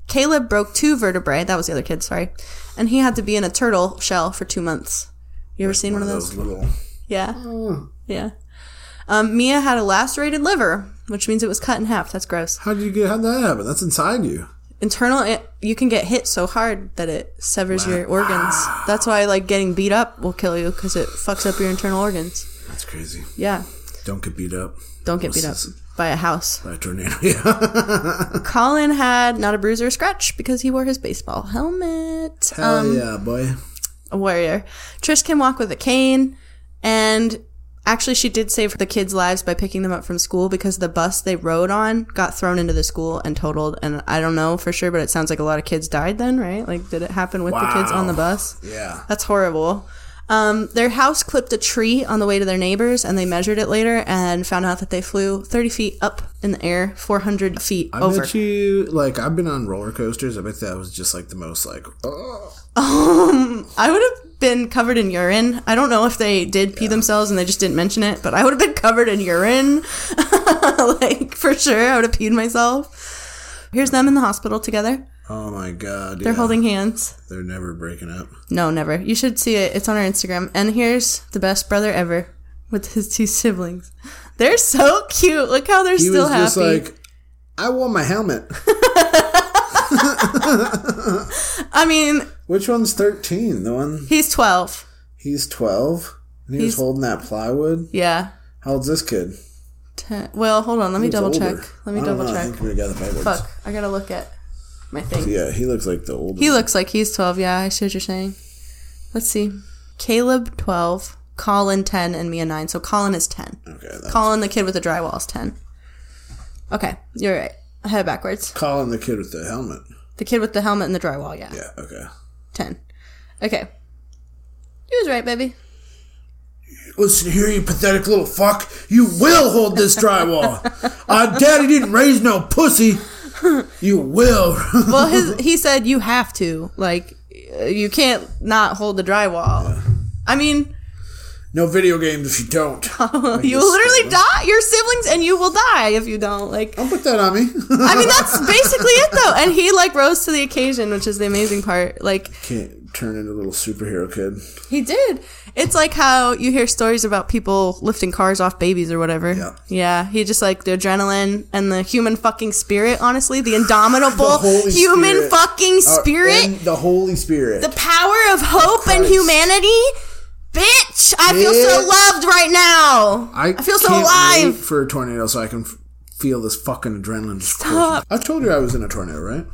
Speaker 3: Caleb broke two vertebrae. That was the other kid, sorry. And he had to be in a turtle shell for two months. You ever seen one, of those? Mm.
Speaker 2: Those little.
Speaker 3: Yeah. Yeah. Um, Mia had a lacerated liver, which means it was cut in half. That's gross.
Speaker 2: How did you get? How did that happen? That's inside you.
Speaker 3: Internal, it, you can get hit so hard that it severs your organs. That's why, like, getting beat up will kill you because it fucks up your internal organs.
Speaker 2: That's crazy.
Speaker 3: Yeah.
Speaker 2: Don't get beat up
Speaker 3: Don't get beat up by a house.
Speaker 2: by a tornado. Yeah.
Speaker 3: Colin had not a bruise or a scratch because he wore his baseball helmet.
Speaker 2: Hell Oh, yeah, boy.
Speaker 3: A warrior. Trish can walk with a cane, and actually, she did save the kids' lives by picking them up from school because the bus they rode on got thrown into the school and totaled. And I don't know for sure, but it sounds like a lot of kids died then, right? Like, did it happen with the kids
Speaker 2: Wow.
Speaker 3: on the bus?
Speaker 2: Yeah.
Speaker 3: That's horrible. Um, their house clipped a tree on the way to their neighbors, and they measured it later and found out that they flew 30 feet up in the air, 400 feet
Speaker 2: I
Speaker 3: over.
Speaker 2: bet you, like, I've been on roller coasters. I bet that was just like the most, like, oh,
Speaker 3: I would have been covered in urine. I don't know if they did pee themselves and they just didn't mention it, but I would have been covered in urine. like, for sure, I would have peed myself. Here's them in the hospital together.
Speaker 2: oh my god.
Speaker 3: They're holding hands.
Speaker 2: They're never breaking up.
Speaker 3: No, never. You should see it. It's on our Instagram. And here's the best brother ever with his two siblings. They're so cute. Look how they're
Speaker 2: He
Speaker 3: still
Speaker 2: was
Speaker 3: happy.
Speaker 2: just like, I wore my helmet.
Speaker 3: I mean,
Speaker 2: Which one's thirteen? The one
Speaker 3: he's 12.
Speaker 2: he's twelve, and he
Speaker 3: He's-
Speaker 2: was holding that plywood.
Speaker 3: Yeah.
Speaker 2: How old's this kid?
Speaker 3: Ten. Well, hold on. Let me
Speaker 2: He's
Speaker 3: double
Speaker 2: older.
Speaker 3: check. Let me
Speaker 2: I don't
Speaker 3: double
Speaker 2: know. I
Speaker 3: check.
Speaker 2: think we got it backwards.
Speaker 3: Fuck. I gotta look at my thing.
Speaker 2: Yeah, he looks like the older.
Speaker 3: He looks like he's 12. Yeah, I see what you're saying. Let's see. Caleb, 12. Colin, 10. And Mia, 9. So Colin is 10.
Speaker 2: Okay, that's
Speaker 3: Colin, the kid with the drywall, is 10. Okay, you're right. I had it backwards.
Speaker 2: Colin, the kid with the helmet.
Speaker 3: The kid with the helmet and the drywall, yeah.
Speaker 2: Yeah, okay.
Speaker 3: 10. Okay. You was right, baby.
Speaker 2: Listen here, you pathetic little fuck. You will hold this drywall. Our daddy didn't raise no pussy. You will.
Speaker 3: Well, his, he said you have to. Like, uh, you can't not hold the drywall. I mean,
Speaker 2: no video games if you don't.
Speaker 3: Oh, you
Speaker 2: guess
Speaker 3: literally die. Your siblings and you will die if you don't. Like,
Speaker 2: Don't put that on me.
Speaker 3: I mean, that's basically it, though. And he, like, rose to the occasion, which is the amazing part. Like,
Speaker 2: Can't turn into a little superhero kid.
Speaker 3: He did. It's like how you hear stories about people lifting cars off babies or whatever.
Speaker 2: Yeah.
Speaker 3: Yeah. He just like the adrenaline and the human fucking spirit, honestly, the indomitable
Speaker 2: Holy
Speaker 3: human
Speaker 2: Spirit.
Speaker 3: fucking
Speaker 2: Uh,
Speaker 3: spirit,
Speaker 2: and the Holy Spirit.
Speaker 3: the power of hope and
Speaker 2: Christ.
Speaker 3: humanity. Bitch, I feel so
Speaker 2: Bitch.
Speaker 3: loved right now. I, feel so
Speaker 2: can't wait
Speaker 3: alive.
Speaker 2: for a tornado, so I can f- feel this fucking adrenaline. Just Stop. I told you I was in a tornado, right?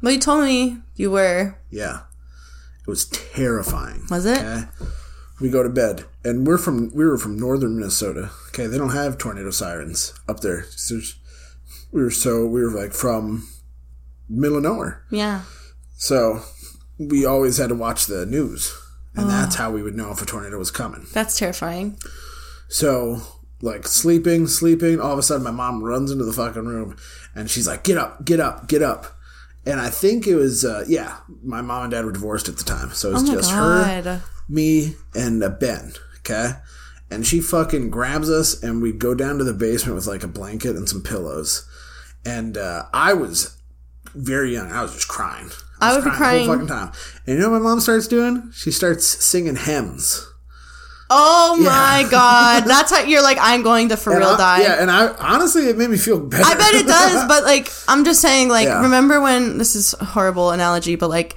Speaker 3: Well, you told me you were.
Speaker 2: Yeah, it was terrifying.
Speaker 3: Was it?
Speaker 2: Okay. We go to bed, and we're from we were from northern Minnesota. Okay, they don't have tornado sirens up there. So there's- we were so we were like from middle of nowhere,
Speaker 3: Yeah.
Speaker 2: so we always had to watch the news, and
Speaker 3: Oh.
Speaker 2: that's how we would know if a tornado was coming.
Speaker 3: That's terrifying.
Speaker 2: So, like sleeping, sleeping, all of a sudden my mom runs into the fucking room and she's like, "Get up, get up, get up." And I think it was uh yeah, my mom and dad were divorced at the time. So it was
Speaker 3: Oh my
Speaker 2: just
Speaker 3: God.
Speaker 2: her, me, and uh, Ben, okay? And she fucking grabs us and we go down to the basement with like a blanket and some pillows. And uh I was very young. I was just crying.
Speaker 3: I
Speaker 2: was
Speaker 3: would be
Speaker 2: the whole
Speaker 3: crying.
Speaker 2: fucking time. And you know what my mom starts doing? She starts singing hymns.
Speaker 3: Oh my God. That's how you're like, I'm going to for
Speaker 2: And
Speaker 3: real
Speaker 2: I-
Speaker 3: die.
Speaker 2: Yeah, and I honestly, it made me feel better.
Speaker 3: I bet it does, but like I'm just saying, like
Speaker 2: Yeah.
Speaker 3: remember when this is a horrible analogy, but like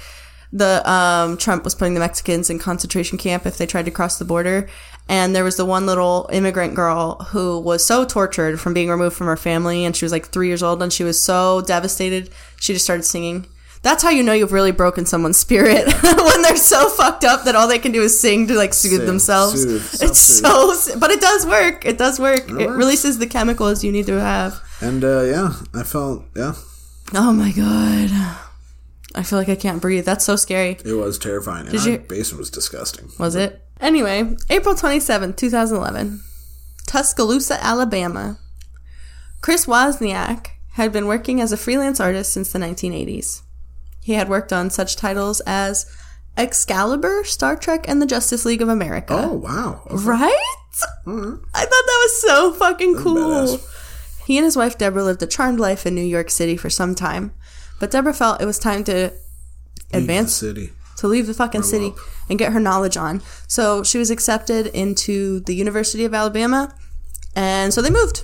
Speaker 3: the um, Trump was putting the Mexicans in concentration camp if they tried to cross the border, and there was the one little immigrant girl who was so tortured from being removed from her family, and she was like three years old, and she was so devastated, she just started singing. That's how you know you've really broken someone's spirit when they're so fucked up that all they can do is sing to like soothe
Speaker 2: Sing,
Speaker 3: themselves.
Speaker 2: soothe,
Speaker 3: it's so, si- but it does work. It does work. It,
Speaker 2: works.
Speaker 3: releases the chemicals you need to have.
Speaker 2: and uh, yeah, I felt yeah,
Speaker 3: Oh my god. I feel like I can't breathe. That's so scary.
Speaker 2: it was terrifying. And
Speaker 3: Did
Speaker 2: our
Speaker 3: you-
Speaker 2: basement was disgusting.
Speaker 3: Was it? Anyway, April twenty seventh, 2011. Tuscaloosa, Alabama. Chris Wozniak had been working as a freelance artist since the 1980s. He had worked on such titles as Excalibur, Star Trek, and the Justice League of America.
Speaker 2: Oh wow, okay.
Speaker 3: Right? I thought that was so fucking cool.
Speaker 2: Mm-hmm. badass.
Speaker 3: He and his wife Deborah lived a charmed life in New York City for some time, but Deborah felt it was time to advance
Speaker 2: city.
Speaker 3: to leave the fucking city and get her knowledge on. So she was accepted into the University of Alabama, and so they moved.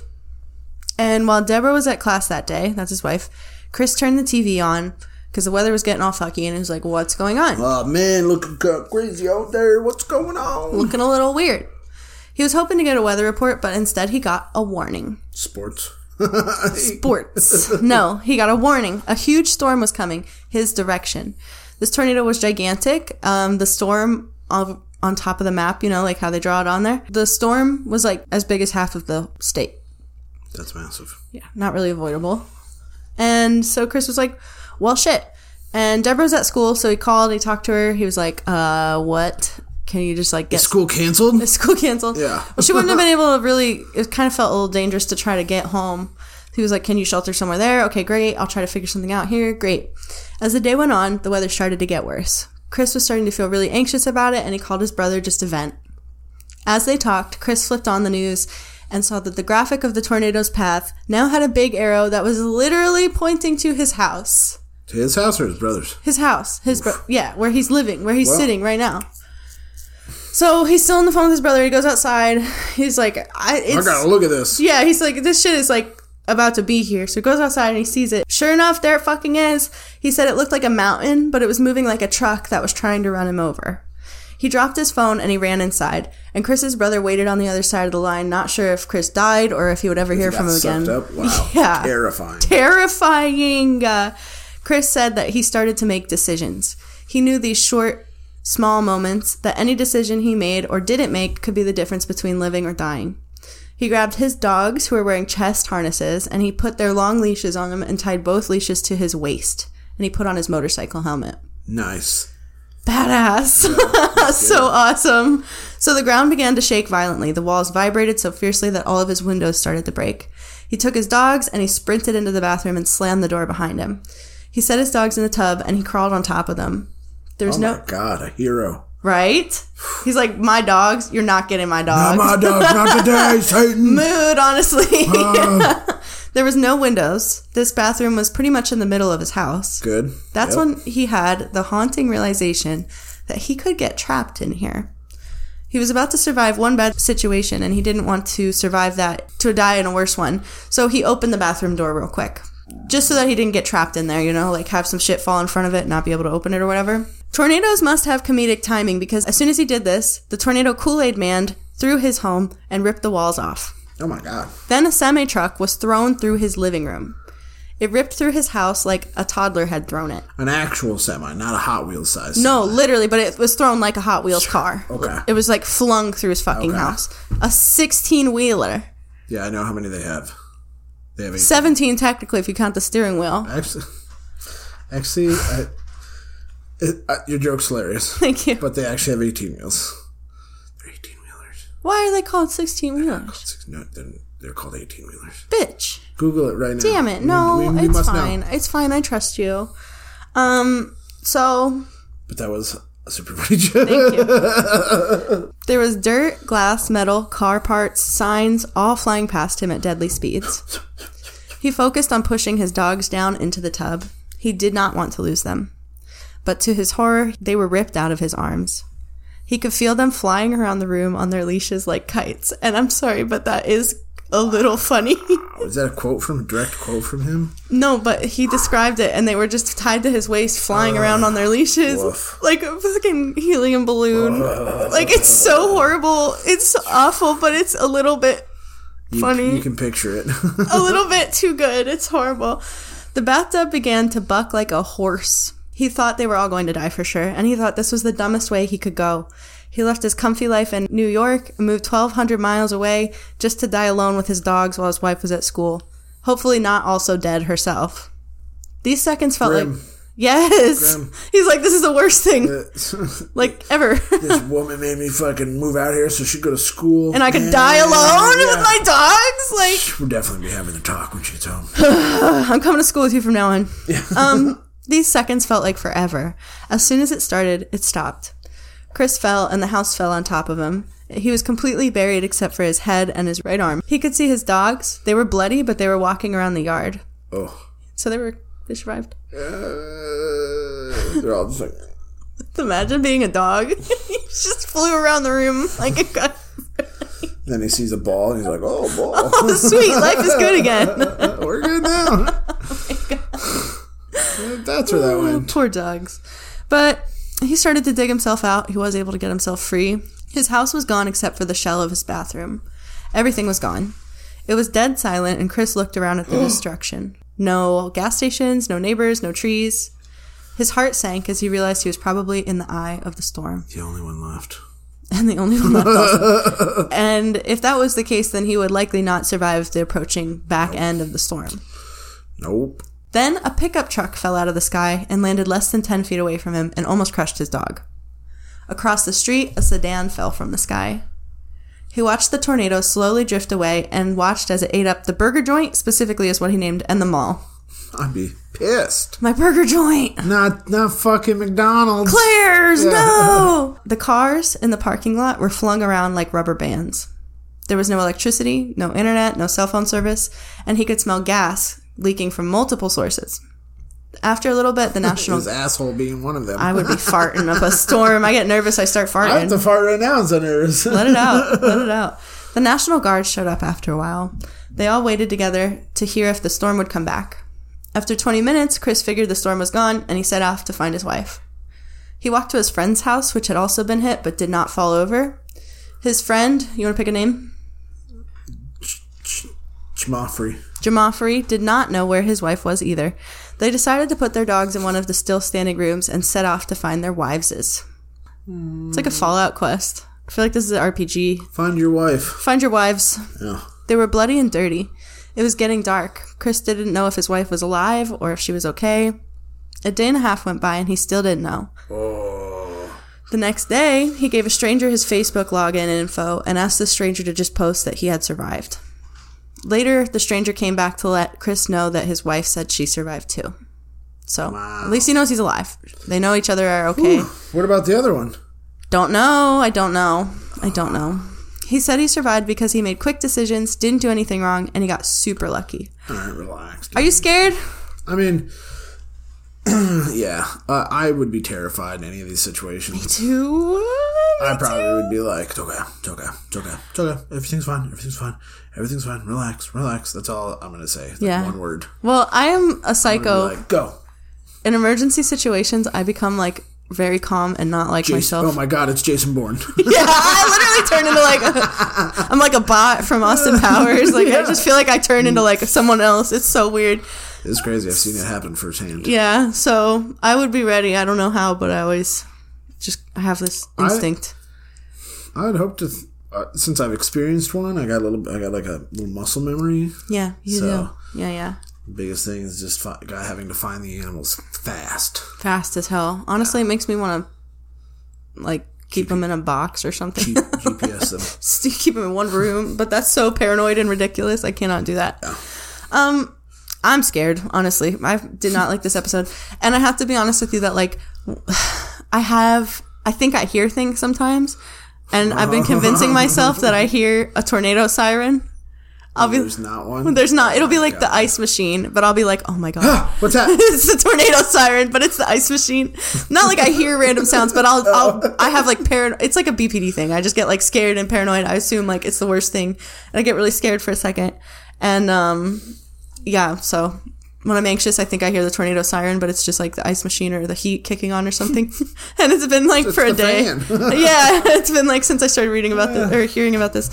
Speaker 3: And while Deborah was at class that day, that's his wife, Chris turned the TV on because the weather was getting all fucky, and he was like, "What's going on?"
Speaker 2: Oh man, looking ca- crazy out there. What's going on?
Speaker 3: Looking a little weird. He was hoping to get a weather report, but instead he got a warning.
Speaker 2: Sports.
Speaker 3: sports. no, he got a warning. A huge storm was coming his direction. This tornado was gigantic. Um, the storm of, on top of the map, you know, like how they draw it on there. The storm was like as big as half of the state.
Speaker 2: That's massive.
Speaker 3: Yeah, not really avoidable. And so Chris was like, well, shit. And Deborah's at school, so he called, he talked to her. He was like, uh, what? Can you just like get
Speaker 2: School canceled.
Speaker 3: the school canceled.
Speaker 2: Yeah.
Speaker 3: Well, she wouldn't have been able to really. It kind of felt a little dangerous to try to get home. He was like, "Can you shelter somewhere there?" Okay, great. I'll try to figure something out here. Great. As the day went on, the weather started to get worse. Chris was starting to feel really anxious about it, and he called his brother just to vent. As they talked, Chris flipped on the news and saw that the graphic of the tornado's path now had a big arrow that was literally pointing to his house.
Speaker 2: To his house or his brother's.
Speaker 3: His house, his bro- yeah, where he's living, where he's
Speaker 2: Well.
Speaker 3: sitting right now. So he's still on the phone with his brother. He goes outside. He's like, I,
Speaker 2: I
Speaker 3: it's,
Speaker 2: gotta look at this.
Speaker 3: yeah. He's like, this shit is like about to be here. So he goes outside and he sees it. Sure enough, there it fucking is. He said it looked like a mountain, but it was moving like a truck that was trying to run him over. He dropped his phone and he ran inside. And Chris's brother waited on the other side of the line, not sure if Chris died or if he would ever hear
Speaker 2: Got
Speaker 3: from him
Speaker 2: sucked
Speaker 3: again
Speaker 2: up. Wow.
Speaker 3: Yeah.
Speaker 2: Terrifying.
Speaker 3: terrifying. Uh, Chris said that he started to make decisions. He knew these short, small moments that any decision he made or didn't make could be the difference between living or dying. He grabbed his dogs, who were wearing chest harnesses, and he put their long leashes on them and tied both leashes to his waist. And he put on his motorcycle helmet.
Speaker 2: Nice.
Speaker 3: Badass. so awesome. So the ground began to shake violently. The walls vibrated so fiercely that all of his windows started to break. He took his dogs and he sprinted into the bathroom and slammed the door behind him. He set his dogs in the tub and he crawled on top of them. There's
Speaker 2: Oh
Speaker 3: no
Speaker 2: my god, a hero.
Speaker 3: right. He's like, my dogs. You're not getting my
Speaker 2: Not my
Speaker 3: dogs.
Speaker 2: dog, not today, Satan.
Speaker 3: Mood, honestly. there was no windows. This bathroom was pretty much in the middle of his house.
Speaker 2: Good.
Speaker 3: That's
Speaker 2: Yep.
Speaker 3: when he had the haunting realization that he could get trapped in here. He was about to survive one bad situation and he didn't want to survive that to die in a worse one. So he opened the bathroom door real quick. Just so that he didn't get trapped in there, you know, like have some shit fall in front of it and not be able to open it or whatever. Tornadoes must have comedic timing because as soon as he did this, the tornado Kool Aid man threw his home and ripped the walls off.
Speaker 2: Oh my god.
Speaker 3: Then a semi truck was thrown through his living room. It ripped through his house like a toddler had thrown it.
Speaker 2: An actual semi, not a Hot Wheels size.
Speaker 3: No, literally, but it was thrown like a Hot Wheels car.
Speaker 2: Okay.
Speaker 3: It was like flung through his fucking
Speaker 2: Okay.
Speaker 3: house. A 16 wheeler.
Speaker 2: Yeah, I know how many they have. They have eight.
Speaker 3: 17 technically if you count the steering wheel.
Speaker 2: Actually, actually, I, it, I, your joke's hilarious.
Speaker 3: Thank you.
Speaker 2: But they actually have eighteen wheels. They're eighteen wheelers.
Speaker 3: Why are they called 16 wheelers?
Speaker 2: No, they're, they're called eighteen wheelers.
Speaker 3: Bitch.
Speaker 2: Google it right now.
Speaker 3: Damn it.
Speaker 2: We-
Speaker 3: No,
Speaker 2: we- we
Speaker 3: it's
Speaker 2: must know.
Speaker 3: fine. It's fine. I trust you. Um, so
Speaker 2: But that was a super funny joke.
Speaker 3: there was dirt, glass, metal, car parts, signs all flying past him at deadly speeds. He focused on pushing his dogs down into the tub. He did not want to lose them. But to his horror, they were ripped out of his arms. He could feel them flying around the room on their leashes like kites. And I'm sorry, but that is a little funny.
Speaker 2: Is that a quote from a direct quote from him?
Speaker 3: no, but he described it, and they were just tied to his waist, flying around on their leashes
Speaker 2: woof.
Speaker 3: like a fucking helium balloon. like, it's so horrible. It's awful, but it's a little bit
Speaker 2: You,
Speaker 3: Funny. Oh,
Speaker 2: You can picture it.
Speaker 3: a little bit too good. It's horrible. The bathtub began to buck like a horse. He thought they were all going to die for sure, and he thought this was the dumbest way he could go. He left his comfy life in New York and moved 1,200 miles away just to die alone with his dogs while his wife was at school. Hopefully, not also dead herself. These seconds felt like.
Speaker 2: Grim.
Speaker 3: Yes!
Speaker 2: Grim.
Speaker 3: He's like, this is the worst thing,
Speaker 2: uh,
Speaker 3: like, ever.
Speaker 2: this woman made me fucking move out here so she'd go to school.
Speaker 3: and I could die alone with my dogs? Like,
Speaker 2: We'll definitely be having the talk when she gets home.
Speaker 3: I'm coming to school with you from now on. um, these seconds felt like forever. As soon as it started, it stopped. Chris fell and the house fell on top of him. He was completely buried except for his head and his right arm. He could see his dogs. They were bloody, but they were walking around the yard.
Speaker 2: Oh.
Speaker 3: So they were they survived.
Speaker 2: Uh, they're all just like,
Speaker 3: Imagine being a dog. he just flew around the room like a gun.
Speaker 2: then he sees a ball and he's like, oh, ball.
Speaker 3: Sweet, life is good again.
Speaker 2: We're good now. That's where that went.
Speaker 3: Poor dogs. But he started to dig himself out. He was able to get himself free. His house was gone except for the shell of his bathroom. Everything was gone. It was dead silent, and Chris looked around at the destruction. No gas stations, no neighbors, no trees. His heart sank as he realized he was probably in the eye of the storm
Speaker 2: The only one left.
Speaker 3: and the only one left. also. and if that was the case, then he would likely not survive the approaching back end of the storm.
Speaker 2: Nope.
Speaker 3: Then a pickup truck fell out of the sky and landed less than 10 feet away from him and almost crushed his dog. Across the street, a sedan fell from the sky. He watched the tornado slowly drift away and watched as it ate up the burger joint, specifically is what he named, and the mall.
Speaker 2: I'd be pissed.
Speaker 3: My burger joint!
Speaker 2: Not not fucking McDonald's.
Speaker 3: Claire's, no! The cars in the parking lot were flung around like rubber bands. There was no electricity, no internet, no cell phone service, and he could smell gas leaking from multiple sources. After a little bit, the National
Speaker 2: His asshole being one of them.
Speaker 3: I
Speaker 2: I,
Speaker 3: would be farting up a storm. I get nervous. I start
Speaker 2: have
Speaker 3: farting.
Speaker 2: to fart right now. It's unervous.
Speaker 3: Let it out. Let it out. The National Guard showed up after a while. They all waited together to hear if the storm would come back. After 20 minutes, Chris figured the storm was gone and he set off to find his wife. He walked to his friend's house, which had also been hit but did not fall over. His friend, you want to pick a name?
Speaker 2: Schmoffrey.
Speaker 3: Jamoffrey did not know where his wife was either. They decided to put their dogs in one of the still standing rooms and set off to find their wives'. It's like a Fallout quest. I feel like this is an RPG.
Speaker 2: Find your wife.
Speaker 3: Find your wives.
Speaker 2: Yeah.
Speaker 3: They were bloody and dirty. It was getting dark. Chris didn't know if his wife was alive or if she was okay. A day and a half went by and he still didn't know.
Speaker 2: Oh.
Speaker 3: The next day, he gave a stranger his Facebook login info and asked the stranger to just post that he had survived. Later, the stranger came back to let Chris know that his wife said she survived too. So, at least he knows he's alive. They know each other are okay.
Speaker 2: What about the other one?
Speaker 3: Don't know. I don't know. I don't know. He said he survived because he made quick decisions, didn't do anything wrong, and he got super lucky.
Speaker 2: All right, relaxed.
Speaker 3: Are you scared?
Speaker 2: I mean, yeah, uh, I would be terrified in any of these situations.
Speaker 3: Dude.
Speaker 2: I probably would be like, it's okay, it's okay, it's okay, it's okay. Everything's fine, everything's fine, everything's fine. Relax, relax. That's all I'm gonna say. That
Speaker 3: Yeah.
Speaker 2: one word.
Speaker 3: Well, I am a psycho.
Speaker 2: Be like, go.
Speaker 3: In emergency situations, I become like very calm and not like
Speaker 2: Jason.
Speaker 3: myself.
Speaker 2: Oh my God, it's Jason Bourne.
Speaker 3: yeah, I literally turn into like a, I'm like a bot from Austin Powers. Like I just feel like I turn into like someone else. It's so weird.
Speaker 2: it's crazy. I've seen it happen firsthand.
Speaker 3: Yeah, so I would be ready. I don't know how, but I always just I have this instinct.
Speaker 2: I would hope to. Th- uh, since I've experienced one, I got a little. I got like a little muscle memory.
Speaker 3: yeah, you
Speaker 2: So-
Speaker 3: do. Yeah, yeah.
Speaker 2: The biggest thing is just fi- guy having to find the animals fast.
Speaker 3: Fast as hell. Honestly, it makes me want to like keep them in a box or something.
Speaker 2: G- GPS them.
Speaker 3: Just to keep them in one room, but that's so paranoid and ridiculous. I cannot do that. Um, I'm scared, honestly. I did not like this episode, and I have to be honest with you that like I have, I think I hear things sometimes, and I've been convincing myself that I hear a tornado siren. I'll be.
Speaker 2: There's not one. Oh
Speaker 3: There's not. It'll be like the ice machine, but I'll be like, oh my god.
Speaker 2: Ah, What's that?
Speaker 3: It's the tornado siren, but it's the ice machine. Not like I hear random sounds, but I'll, I'll I have like paranoid. It's like a BPD thing. I just get like scared and paranoid. I assume like it's the worst thing, and I get really scared for a second. And um, yeah. So when I'm anxious, I think I hear the tornado siren, but it's just like the ice machine or the heat kicking on or something. and it's been like for a
Speaker 2: the
Speaker 3: day.
Speaker 2: fan.
Speaker 3: yeah, it's been like since I started reading about this or hearing about this.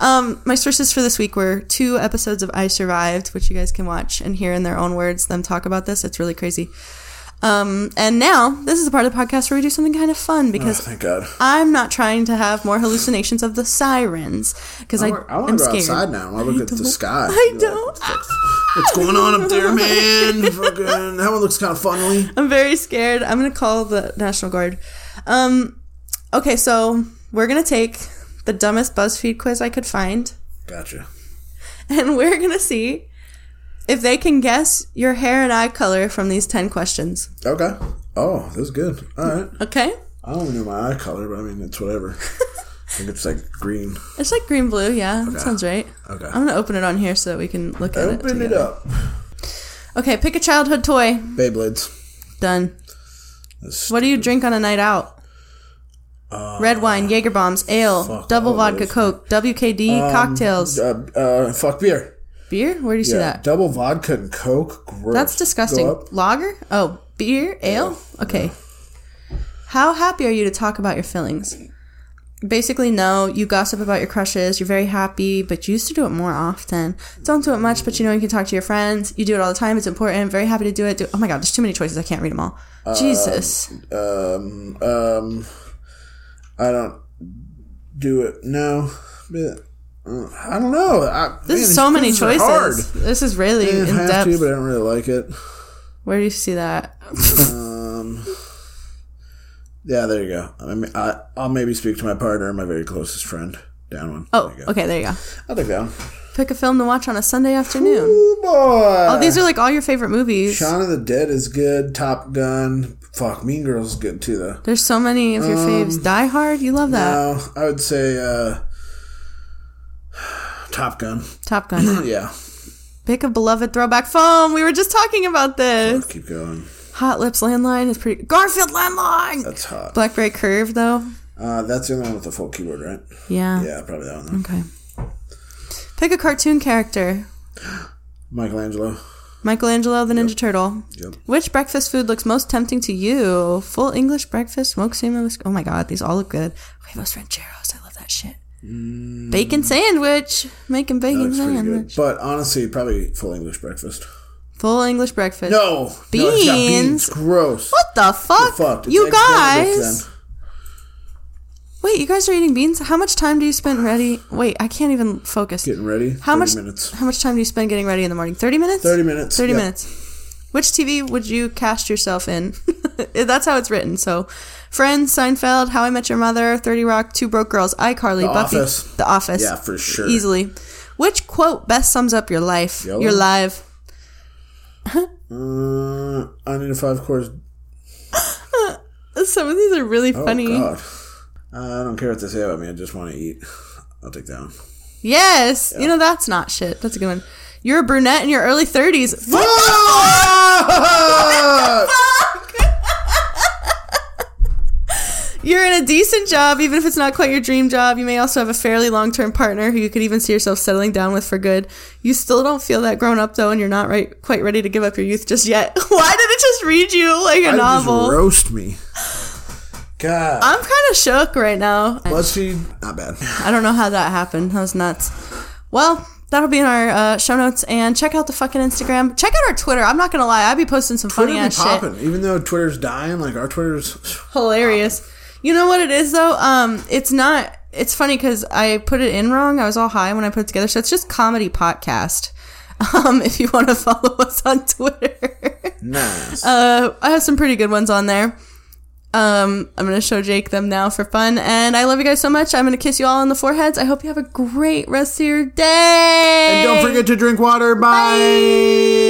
Speaker 3: Um, my sources for this week were two episodes of I Survived, which you guys can watch and hear in their own words them talk about this. It's really crazy. Um, and now this is the part of the podcast where we do something kind of fun because
Speaker 2: Thank God.
Speaker 3: I'm not trying to have more hallucinations of the sirens because I,
Speaker 2: I, want
Speaker 3: am
Speaker 2: to go
Speaker 3: scared.
Speaker 2: outside now. I want to look at the sky.
Speaker 3: I
Speaker 2: Be like,
Speaker 3: don't.
Speaker 2: What's going on up there, man? Fucking, that one looks kind of funnily.
Speaker 3: I'm very scared. I'm gonna call the National Guard. Um, okay, so we're gonna take the dumbest BuzzFeed quiz I could find,
Speaker 2: Gotcha.
Speaker 3: and we're gonna see if they can guess your hair and eye color from these ten questions.
Speaker 2: Okay. Oh, this is good. All right.
Speaker 3: Okay,
Speaker 2: I don't even know my eye color, but I mean, it's whatever. I think it's like green.
Speaker 3: it's like green blue. Yeah, that sounds right.
Speaker 2: Okay.
Speaker 3: I'm gonna open it on here so that we can look at it.
Speaker 2: Open it
Speaker 3: together.
Speaker 2: up.
Speaker 3: Okay, pick a childhood toy.
Speaker 2: Beyblades.
Speaker 3: Done.
Speaker 2: This-
Speaker 3: What do you drink on a night out? Red wine, Jaeger bombs, ale,
Speaker 2: Uh, fuck
Speaker 3: double
Speaker 2: all
Speaker 3: vodka,
Speaker 2: those.
Speaker 3: coke, WKD, cocktails,
Speaker 2: Uh, uh, fuck beer.
Speaker 3: beer. Where do you see
Speaker 2: Yeah.
Speaker 3: that?
Speaker 2: Double vodka and Coke. Gross.
Speaker 3: That's
Speaker 2: Go
Speaker 3: disgusting.
Speaker 2: up.
Speaker 3: Lager? Oh, beer? Ale? Okay. How happy are you to talk about your feelings? Basically, no. You gossip about your crushes. You're very happy, but you used to do it more often. Don't do it much, but you know you can talk to your friends. You do it all the time. It's important. Very happy to do it. Do- oh my God, there's too many choices. I can't read them all.
Speaker 2: Uh,
Speaker 3: Jesus.
Speaker 2: Um, um, I don't do it. No. But, uh, I don't know. I,
Speaker 3: There's so many choices. This is really
Speaker 2: I
Speaker 3: in
Speaker 2: have
Speaker 3: depth.
Speaker 2: to, but I don't really like it.
Speaker 3: Where do you see that?
Speaker 2: Yeah, there you go. I mean, I, I'll maybe speak to my partner, my very closest friend. Down one.
Speaker 3: Oh, okay, there you go.
Speaker 2: I'll take that one.
Speaker 3: Pick a film to watch on a Sunday afternoon.
Speaker 2: Ooh, boy.
Speaker 3: Oh, these are like all your favorite movies.
Speaker 2: Shaun of the Dead is good. Top Gun. Fuck, Mean Girls is good too, though.
Speaker 3: There's so many of your
Speaker 2: Um,
Speaker 3: faves. Die Hard, you love that.
Speaker 2: No, I would say uh, Top Gun.
Speaker 3: Top Gun.
Speaker 2: Yeah,
Speaker 3: Pick a beloved throwback phone. We were just talking about this.
Speaker 2: keep going.
Speaker 3: Hot Lips Landline is pretty. Garfield Landline.
Speaker 2: That's hot.
Speaker 3: Blackberry Curve though.
Speaker 2: Uh, that's the only one with the full keyboard, right?
Speaker 3: Yeah.
Speaker 2: Yeah, probably that one. Then.
Speaker 3: Okay. Pick a cartoon character.
Speaker 2: Michelangelo.
Speaker 3: Michelangelo the Ninja Turtle.
Speaker 2: Yep.
Speaker 3: Which breakfast food looks most tempting to you? Full English breakfast, smoked salmon. With, oh my god, these all look good. Huevos rancheros. I love that shit. Bacon sandwich. Making bacon
Speaker 2: Mm. Looks pretty good.
Speaker 3: sandwich.
Speaker 2: But honestly, probably full English breakfast.
Speaker 3: Full English breakfast.
Speaker 2: No, no, it's got beans.
Speaker 3: Beans?
Speaker 2: Gross.
Speaker 3: What the fuck?
Speaker 2: Fucked. It's
Speaker 3: you
Speaker 2: egg sandwich
Speaker 3: guys.
Speaker 2: then.
Speaker 3: Wait, you guys are eating beans? How much time do you spend ready? Wait, I can't even focus.
Speaker 2: Getting ready.
Speaker 3: How
Speaker 2: 30
Speaker 3: much
Speaker 2: minutes?
Speaker 3: How much time do you spend getting ready in the morning? Thirty minutes.
Speaker 2: 30 minutes,
Speaker 3: Thirty
Speaker 2: yep.
Speaker 3: minutes. Which TV would you cast yourself in? That's how it's written. So, Friends, Seinfeld, How I Met Your Mother, Thirty Rock, Two Broke Girls, iCarly, Buffy,
Speaker 2: Office.
Speaker 3: The Office.
Speaker 2: Yeah, for sure.
Speaker 3: Easily. Which quote best sums up your life?
Speaker 2: YOLO.
Speaker 3: Your life.
Speaker 2: Uh, I need a five course.
Speaker 3: Some of these are really
Speaker 2: Oh
Speaker 3: funny.
Speaker 2: God. Uh, I don't care what they say about me. I just want to eat. I'll take that one.
Speaker 3: Yes. You know that's not shit. That's a good one. You're a brunette in your early thirties.
Speaker 2: Fuck!
Speaker 3: You're in a decent job, even if it's not quite your dream job. You may also have a fairly long term partner who you could even see yourself settling down with for good. You still don't feel that grown up though, and you're not right, quite ready to give up your youth just yet. Why did it just read you like a
Speaker 2: I just
Speaker 3: novel?
Speaker 2: roast me. God.
Speaker 3: I'm kind of shook right now. I-
Speaker 2: BuzzFeed, not bad.
Speaker 3: I don't know how that happened. That was nuts. Well, that'll be in our uh, show notes. And check out the fucking Instagram. Check out our Twitter. I'm not gonna lie. I'd be posting some
Speaker 2: Twitter
Speaker 3: funny
Speaker 2: be
Speaker 3: ass shit.
Speaker 2: popping, even though Twitter's dying. Like our Twitter's
Speaker 3: hilarious. You know what it is though? Um, it's not. It's funny because I put it in wrong. I was all high when I put it together, so it's just comedy podcast. Um, if you want to follow us on Twitter,
Speaker 2: nice.
Speaker 3: uh, I have some pretty good ones on there. Um, I'm gonna show Jake them now for fun, and I love you guys so much. I'm gonna kiss you all on the foreheads. I hope you have a great rest of your day.
Speaker 2: and don't forget to drink water. Bye.